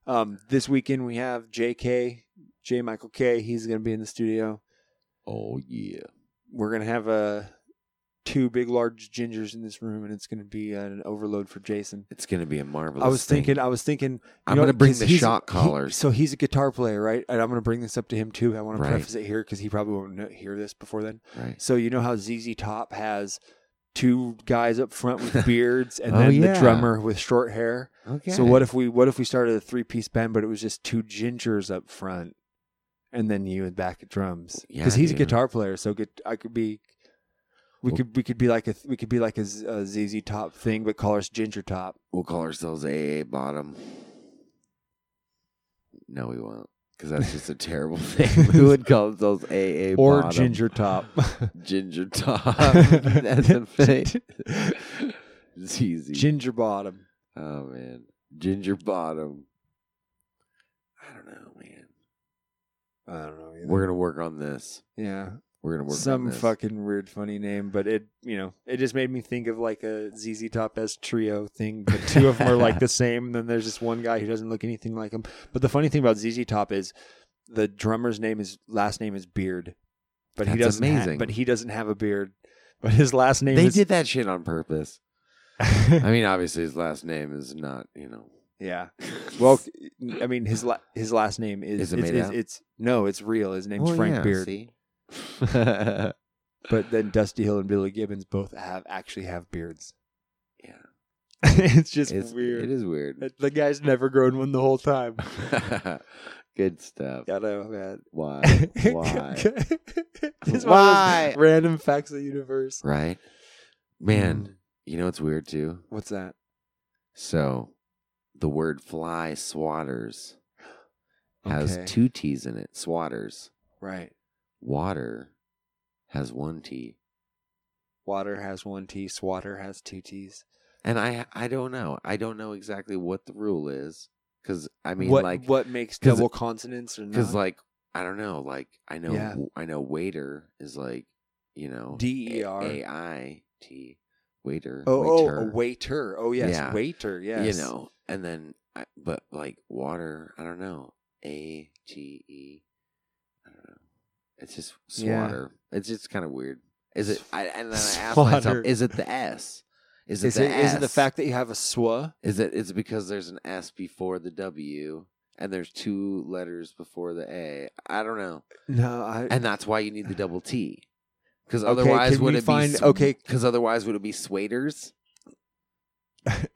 Speaker 2: Um, this weekend we have J.K. J. Michael K. He's gonna be in the studio.
Speaker 6: oh, yeah.
Speaker 2: We're gonna have uh, two big, large gingers in this room, and it's gonna be an overload for Jason.
Speaker 6: It's going to be a marvelous
Speaker 2: I was
Speaker 6: thing.
Speaker 2: thinking. I was thinking. you
Speaker 6: I'm
Speaker 2: know,
Speaker 6: going to bring
Speaker 2: 'cause
Speaker 6: the
Speaker 2: he's-
Speaker 6: shock
Speaker 2: he-
Speaker 6: collars.
Speaker 2: so he's a guitar player, right? And I'm going to bring this up to him too. I want to
Speaker 6: Right.
Speaker 2: preface it here because he probably won't kn- hear this before then.
Speaker 6: right.
Speaker 2: So you know how ZZ Top has two guys up front
Speaker 6: [laughs]
Speaker 2: with beards and
Speaker 6: Oh,
Speaker 2: then the
Speaker 6: yeah.
Speaker 2: drummer with short hair.
Speaker 6: Okay.
Speaker 2: So what if we what if we started a three piece band, but it was just two gingers up front, and then you and back at drums? Because
Speaker 6: Oh, Yeah,
Speaker 2: he's
Speaker 6: dude.
Speaker 2: a guitar player, so get, I could be. We
Speaker 6: Well-
Speaker 2: could we could be like a we could be like a, Z- a ZZ Top thing, but call us Ginger Top.
Speaker 6: We'll call ourselves AA Bottom. No, we won't, because that's just a terrible [laughs] thing.
Speaker 2: [laughs]
Speaker 6: We would call ourselves AA
Speaker 2: or
Speaker 6: Bottom. [laughs]
Speaker 2: Ginger Top.
Speaker 6: Ginger
Speaker 2: [laughs]
Speaker 6: Top. that's a thing. It's easy.
Speaker 2: Ginger Bottom.
Speaker 6: oh man, Ginger Bottom. I don't know, man.
Speaker 2: I don't know. Either.
Speaker 6: We're gonna work on this.
Speaker 2: yeah,
Speaker 6: We're gonna work on
Speaker 2: some
Speaker 6: this.
Speaker 2: fucking weird funny name, but it you know it just made me think of like a ZZ Top S trio thing. But two of them
Speaker 6: [laughs]
Speaker 2: are like the same. And then there's this one guy who doesn't look anything like him. But the funny thing about ZZ Top is [laughs] the drummer's name is last name is Beard, but he
Speaker 6: That's
Speaker 2: doesn't. ha-
Speaker 6: amazing.
Speaker 2: but he doesn't have a beard. But his last name
Speaker 6: They
Speaker 2: is
Speaker 6: did that shit on purpose.
Speaker 2: [laughs]
Speaker 6: I mean, obviously, his last name is not, you know.
Speaker 2: yeah.
Speaker 6: [laughs]
Speaker 2: Well, I mean his la- his last name is
Speaker 6: Is it
Speaker 2: it's,
Speaker 6: made
Speaker 2: it's,
Speaker 6: up?
Speaker 2: it's- no, it's real. His name's
Speaker 6: Well,
Speaker 2: Frank
Speaker 6: yeah,
Speaker 2: Beard.
Speaker 6: see?
Speaker 2: But then Dusty Hill and Billy Gibbons both have actually have beards.
Speaker 6: Yeah.
Speaker 2: it's just
Speaker 6: It's-
Speaker 2: weird.
Speaker 6: It is weird. [laughs]
Speaker 2: The guy's never grown one the whole time.
Speaker 6: Good stuff.
Speaker 2: I know, man.
Speaker 6: Why?
Speaker 2: [laughs] Just
Speaker 6: Why?
Speaker 2: one of those
Speaker 6: Why?
Speaker 2: random facts of the universe.
Speaker 6: right? Man,
Speaker 2: Mm.
Speaker 6: you know what's weird too?
Speaker 2: What's that?
Speaker 6: So, the word fly swatters has
Speaker 2: Okay.
Speaker 6: two T's in it. Swatters.
Speaker 2: Right.
Speaker 6: Water has one T.
Speaker 2: Water has one T. Swatter has two T's.
Speaker 6: And I I don't know. I don't know exactly what the rule is cuz I mean
Speaker 2: what
Speaker 6: like
Speaker 2: what makes
Speaker 6: 'cause-
Speaker 2: double consonants or not?
Speaker 6: cuz like I don't know, like I know
Speaker 2: Yeah.
Speaker 6: I know waiter is like, you know,
Speaker 2: D E R.
Speaker 6: A I T waiter.
Speaker 2: oh, oh,
Speaker 6: waiter.
Speaker 2: a waiter. Oh yes,
Speaker 6: Yeah.
Speaker 2: waiter. Yes.
Speaker 6: you know and then I, but like water, I don't know. A T E, I don't know. It's just
Speaker 2: Yeah.
Speaker 6: swatter. It's just kind of weird. Is it? I, and then
Speaker 2: [laughs]
Speaker 6: I asked
Speaker 2: Swatter.
Speaker 6: myself, is it the S? Is it
Speaker 2: Is
Speaker 6: the
Speaker 2: it, is it the
Speaker 6: S?
Speaker 2: fact that you have a swa?
Speaker 6: Is it? It's because there's an S before the W, and there's two letters before the A. I don't know,
Speaker 2: No, I.
Speaker 6: and that's why you need the double T. Because
Speaker 2: Okay,
Speaker 6: otherwise,
Speaker 2: can
Speaker 6: would
Speaker 2: we
Speaker 6: it
Speaker 2: find-
Speaker 6: be sw-
Speaker 2: okay.
Speaker 6: Because otherwise, would it be swaters?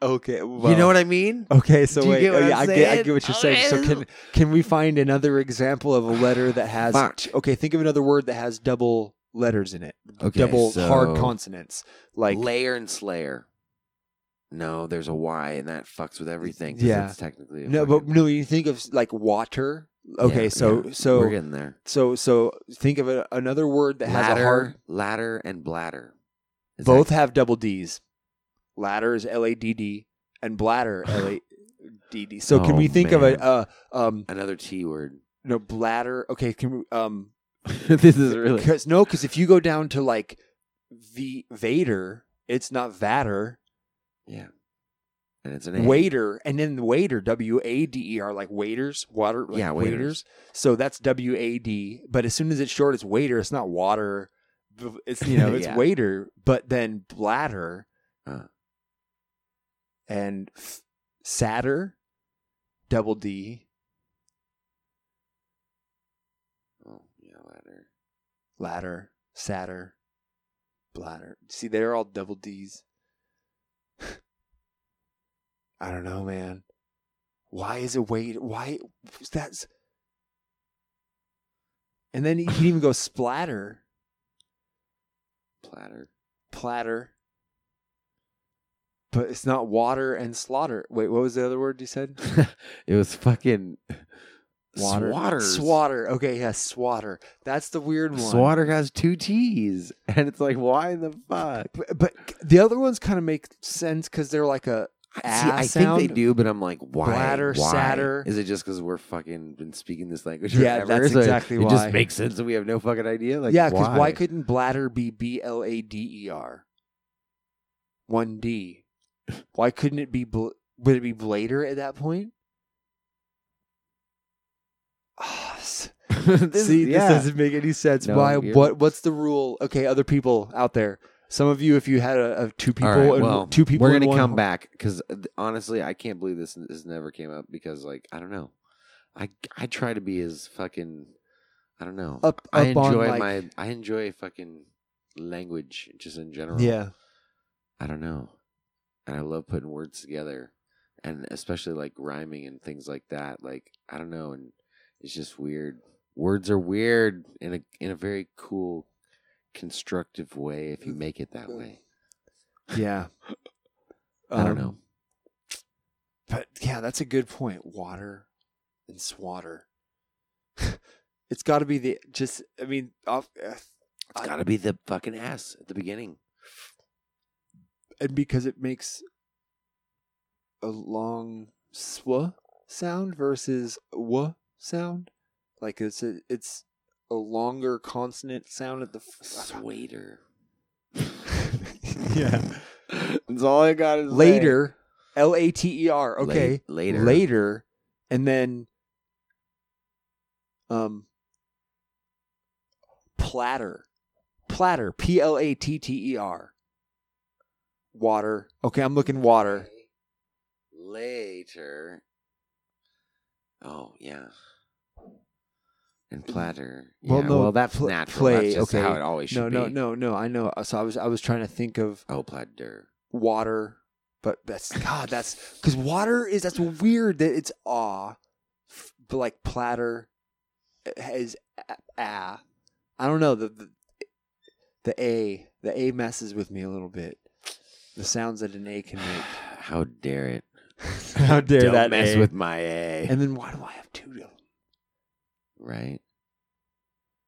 Speaker 2: okay,
Speaker 6: you know what I mean?
Speaker 2: Okay, so
Speaker 6: Do you
Speaker 2: wait,
Speaker 6: get what
Speaker 2: oh,
Speaker 6: I'm
Speaker 2: yeah, I get, I
Speaker 6: saying? Oh,
Speaker 2: get what you're saying. So can can we find another example of a letter that has?
Speaker 6: Fuck.
Speaker 2: Okay, think of another word that has double letters in it,
Speaker 6: Okay,
Speaker 2: double hard
Speaker 6: so-
Speaker 2: consonants. Like
Speaker 6: layer and slayer. No, there's a Y, and that fucks with everything. 'cause
Speaker 2: Yeah.
Speaker 6: it's technically a
Speaker 2: no, but
Speaker 6: fucking-
Speaker 2: no, you think of like water. Okay,
Speaker 6: Yeah,
Speaker 2: so
Speaker 6: yeah. we're
Speaker 2: so
Speaker 6: getting there.
Speaker 2: so so think of a, another word that has a hard.
Speaker 6: Ladder, ladder, and bladder. Is
Speaker 2: Both
Speaker 6: that-
Speaker 2: have double D's. Ladder is L A D D, and
Speaker 6: [sighs]
Speaker 2: bladder L A D D. So can
Speaker 6: Oh,
Speaker 2: we think
Speaker 6: man.
Speaker 2: of a uh, um
Speaker 6: another T word.
Speaker 2: no bladder? Okay, can we um
Speaker 6: [laughs] this is really
Speaker 2: Because no, because if you go down to like the Vader, it's not Vader,
Speaker 6: yeah, and it's an A.
Speaker 2: waiter, and then the waiter, W A D E R, like waiters, water, like
Speaker 6: Yeah,
Speaker 2: waiters.
Speaker 6: waiters.
Speaker 2: So that's W A D. But as soon as it's short, it's waiter. It's not water. It's
Speaker 6: [laughs]
Speaker 2: you know, it's
Speaker 6: Yeah.
Speaker 2: waiter. But then bladder,
Speaker 6: Uh.
Speaker 2: and f- sadder, double D,
Speaker 6: Oh, yeah, ladder.
Speaker 2: ladder, sadder, bladder. See, they're all double D's. [laughs] I don't know, man. Why is it wait? Why that's? And then you can even go splatter,
Speaker 6: platter.
Speaker 2: platter. But it's not water and slaughter. Wait, what was the other word you said?
Speaker 6: it was fucking
Speaker 2: Water.
Speaker 6: Swatters.
Speaker 2: Swatter. Okay, yeah, swatter. That's the weird one.
Speaker 6: Swatter has two T's, and it's like, why the fuck?
Speaker 2: But, but the other ones kind of make sense because they're like a
Speaker 6: See, I think they
Speaker 2: sound.
Speaker 6: do, but I'm like, why?
Speaker 2: Bladder,
Speaker 6: why?
Speaker 2: sadder.
Speaker 6: Is it just because we're fucking been speaking this language?
Speaker 2: Yeah,
Speaker 6: forever?
Speaker 2: that's
Speaker 6: So
Speaker 2: exactly
Speaker 6: it
Speaker 2: why.
Speaker 6: just makes sense that we have no fucking idea. Like,
Speaker 2: yeah,
Speaker 6: because
Speaker 2: because
Speaker 6: [laughs]
Speaker 2: why couldn't bladder be B L A D E R? One D. Why couldn't it be? Bl- would it be blader at that point? [sighs] Ah, s-
Speaker 6: this,
Speaker 2: See,
Speaker 6: yeah.
Speaker 2: this doesn't make any sense.
Speaker 6: No,
Speaker 2: why?
Speaker 6: you're-
Speaker 2: What? What's the rule? Okay, other people out there. Some of you, if you had a, a two people
Speaker 6: All right,
Speaker 2: and
Speaker 6: well,
Speaker 2: two people,
Speaker 6: We're
Speaker 2: and
Speaker 6: gonna
Speaker 2: one
Speaker 6: come
Speaker 2: ho-
Speaker 6: back because honestly, I can't believe this this never came up because like I don't know, I I try to be as fucking I don't know.
Speaker 2: up. up
Speaker 6: I enjoy
Speaker 2: on, like,
Speaker 6: my I enjoy fucking language just in general. [laughs]
Speaker 2: yeah. [laughs]
Speaker 6: I don't know. And I love putting words together and especially like rhyming and things like that. Like I don't know and it's just weird. Words are weird in a in a very cool constructive way if you
Speaker 2: Mm.
Speaker 6: make it that way.
Speaker 2: Yeah.
Speaker 6: I don't
Speaker 2: Um,
Speaker 6: know.
Speaker 2: But yeah, that's a good point. Water and swatter. [laughs] it's got to be the just. I mean, off, uh,
Speaker 6: It's got to be the fucking S at the beginning.
Speaker 2: and because it makes a long swa sound versus wa sound, like it's a, it's a longer consonant sound at the. F-
Speaker 6: Swater.
Speaker 2: [laughs] yeah.
Speaker 6: That's all I got is
Speaker 3: [laughs]
Speaker 2: Later, L A T E R. Okay.
Speaker 6: Later.
Speaker 2: later and then um platter platter p l a t t e r water okay i'm looking water
Speaker 6: Later. Oh yeah. And platter.
Speaker 2: Mm. Well,
Speaker 6: yeah,
Speaker 2: no,
Speaker 6: well that's
Speaker 2: pl-
Speaker 6: natural.
Speaker 2: play,
Speaker 6: that's just
Speaker 2: okay.
Speaker 6: how it always
Speaker 2: no
Speaker 6: should
Speaker 2: no
Speaker 6: be.
Speaker 2: no no i know so i was i was trying to think of
Speaker 6: Oh, platter.
Speaker 2: water but that's god that's cuz water is that's weird that it's ah f- but like platter eh, is a- ah i don't know the, the the a the a messes with me a little bit the sounds that an a can
Speaker 6: [sighs]
Speaker 2: make
Speaker 6: How dare it?
Speaker 2: how dare
Speaker 6: Don't mess with my A.
Speaker 2: and then why do i have two of them
Speaker 6: right.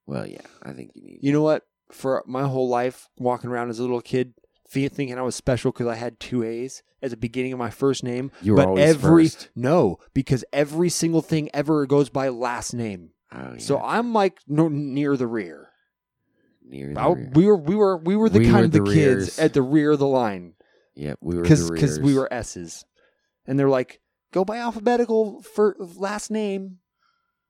Speaker 6: Well, yeah. I think you need.
Speaker 2: you know what for my whole life walking around as a little kid fe- thinking i was special cuz i had two a's at the beginning of my first name
Speaker 6: You were
Speaker 2: but
Speaker 6: always
Speaker 2: every
Speaker 6: first.
Speaker 2: no because every single thing ever goes by last name
Speaker 6: Oh, yeah.
Speaker 2: so i'm like no, near the rear
Speaker 6: near. The
Speaker 2: I-
Speaker 6: rear.
Speaker 2: we were we were we were the
Speaker 6: We
Speaker 2: kind
Speaker 6: were
Speaker 2: of the,
Speaker 6: the
Speaker 2: kids
Speaker 6: rears.
Speaker 2: at the rear of the line
Speaker 6: yeah, we were
Speaker 2: because
Speaker 6: because
Speaker 2: because we were s's and they're like Go by alphabetical for last name.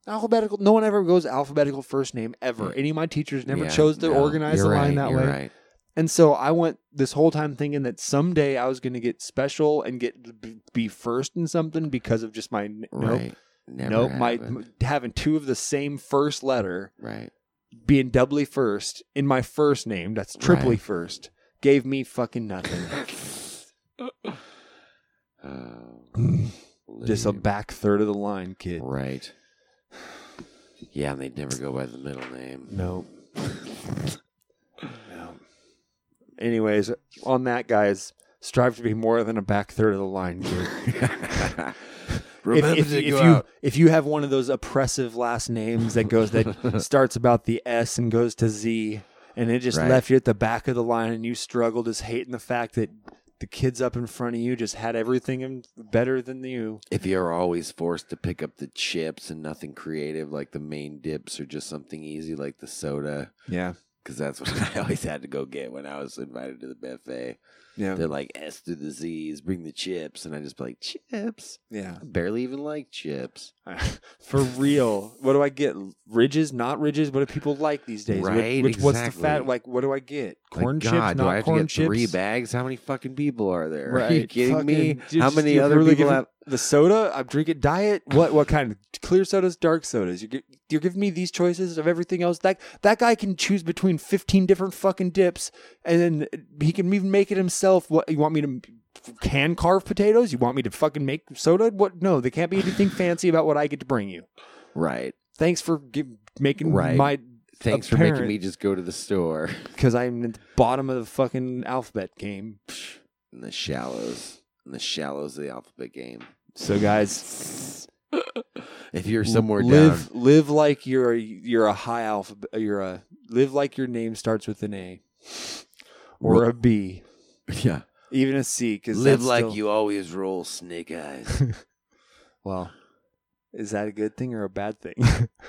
Speaker 2: Alphabetical. No one ever goes alphabetical first name ever. Any of my teachers never
Speaker 6: Mm. Yeah,
Speaker 2: chose to
Speaker 6: no,
Speaker 2: organize the
Speaker 6: you're
Speaker 2: line
Speaker 6: right,
Speaker 2: that
Speaker 6: you're
Speaker 2: way.
Speaker 6: Right.
Speaker 2: And so I went this whole time thinking that someday I was going to get special and get b- be first in something because of just my n-
Speaker 6: Right. Never
Speaker 2: nope, nope, my
Speaker 6: happened.
Speaker 2: m- having two of the same first letter
Speaker 6: right.
Speaker 2: being doubly first in my first name. That's triply
Speaker 6: Right.
Speaker 2: first. Gave me fucking nothing.
Speaker 6: Oh,
Speaker 2: [sighs] [laughs] just a
Speaker 6: lame.
Speaker 2: back third of the line, kid.
Speaker 6: Right. Yeah, and they'd never go by the middle name.
Speaker 2: No. no. Anyways, on that, guys, strive to be more than a back third of the
Speaker 6: [laughs]
Speaker 2: line, kid. If-
Speaker 6: Remember
Speaker 2: if,
Speaker 6: to
Speaker 2: if
Speaker 6: go
Speaker 2: you
Speaker 6: out.
Speaker 2: if you have one of those oppressive last names that
Speaker 6: [laughs]
Speaker 2: goes that starts about the S and goes to Z, and it just
Speaker 6: Right.
Speaker 2: left you at the back of the line, and you struggled just hating the fact that the kids up in front of you just had everything in- better than you.
Speaker 6: If you're always forced to pick up the chips and nothing creative, like the main dips or just something easy like the soda,
Speaker 2: Yeah,
Speaker 6: because that's what [laughs] I always had to go get when I was invited to the buffet.
Speaker 2: yeah,
Speaker 6: They're like S through the Z's, bring the chips, and I just be like chips.
Speaker 2: yeah.
Speaker 6: I barely even like chips.
Speaker 2: For real, what do I get? Ridges, not ridges. What do people like these days? What-
Speaker 6: Right,
Speaker 2: which what's the fat?
Speaker 6: exactly.
Speaker 2: Like, what do I get?
Speaker 6: Like,
Speaker 2: Corn chips,
Speaker 6: God, do
Speaker 2: not
Speaker 6: I have
Speaker 2: corn
Speaker 6: to get
Speaker 2: chips.
Speaker 6: three bags? How many fucking people are there?
Speaker 2: Right.
Speaker 6: Are you kidding me?
Speaker 2: Fucking-
Speaker 6: How
Speaker 2: just-
Speaker 6: many
Speaker 2: you're
Speaker 6: other
Speaker 2: really
Speaker 6: people
Speaker 2: giving-
Speaker 6: have?
Speaker 2: the soda i'm drinking diet what what kind of clear sodas dark sodas you're, gi- you're giving me these choices of everything else that that guy can choose between 15 different fucking dips and then uh, he can even make it himself what you want me to can carve potatoes you want me to fucking make soda what no there can't
Speaker 6: [laughs]
Speaker 2: be anything fancy about what i get to bring you
Speaker 6: Right.
Speaker 2: thanks for give, making
Speaker 6: Right.
Speaker 2: my
Speaker 6: Thanks for
Speaker 2: Apparent.
Speaker 6: making me just go to the store [laughs]
Speaker 2: because i'm at the bottom of the fucking alphabet game
Speaker 6: in the shallows. In the shallows of the alphabet game.
Speaker 2: so guys
Speaker 6: [laughs] If you're somewhere
Speaker 2: live
Speaker 6: down,
Speaker 2: live like you're a, you're a high alphabet you're a live like your name starts with an A or a B
Speaker 6: yeah,
Speaker 2: even a C cuz
Speaker 6: live like you always roll snake [laughs] eyes.
Speaker 2: well is that a good thing or a bad
Speaker 6: [laughs]
Speaker 2: thing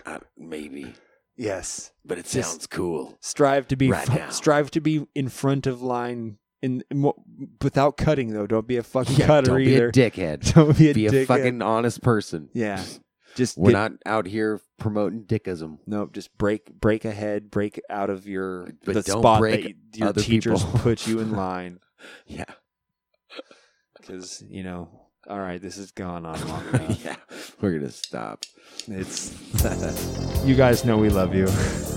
Speaker 6: uh, maybe,
Speaker 2: yes
Speaker 6: but it
Speaker 2: Just-
Speaker 6: sounds cool.
Speaker 2: strive to be
Speaker 6: Right now.
Speaker 2: strive to be in front of line in, in what- without cutting though don't be a fucking
Speaker 6: Yeah,
Speaker 2: cutter
Speaker 6: don't be
Speaker 2: either
Speaker 6: a dickhead.
Speaker 2: don't be a,
Speaker 6: Be a
Speaker 2: dickhead.
Speaker 6: fucking honest person.
Speaker 2: yeah just
Speaker 6: We're
Speaker 2: get-
Speaker 6: not out here promoting dickism.
Speaker 2: Nope, just break break ahead, break out of your
Speaker 6: But
Speaker 2: the
Speaker 6: don't
Speaker 2: spot
Speaker 6: break
Speaker 2: that y- your
Speaker 6: other
Speaker 2: teachers
Speaker 6: people.
Speaker 2: put
Speaker 6: [laughs]
Speaker 2: you in line.
Speaker 6: Yeah.
Speaker 2: because you know, all right, this has
Speaker 6: [laughs]
Speaker 2: gone on long enough. [laughs]
Speaker 6: yeah, we're gonna stop.
Speaker 2: It's you guys know we love you.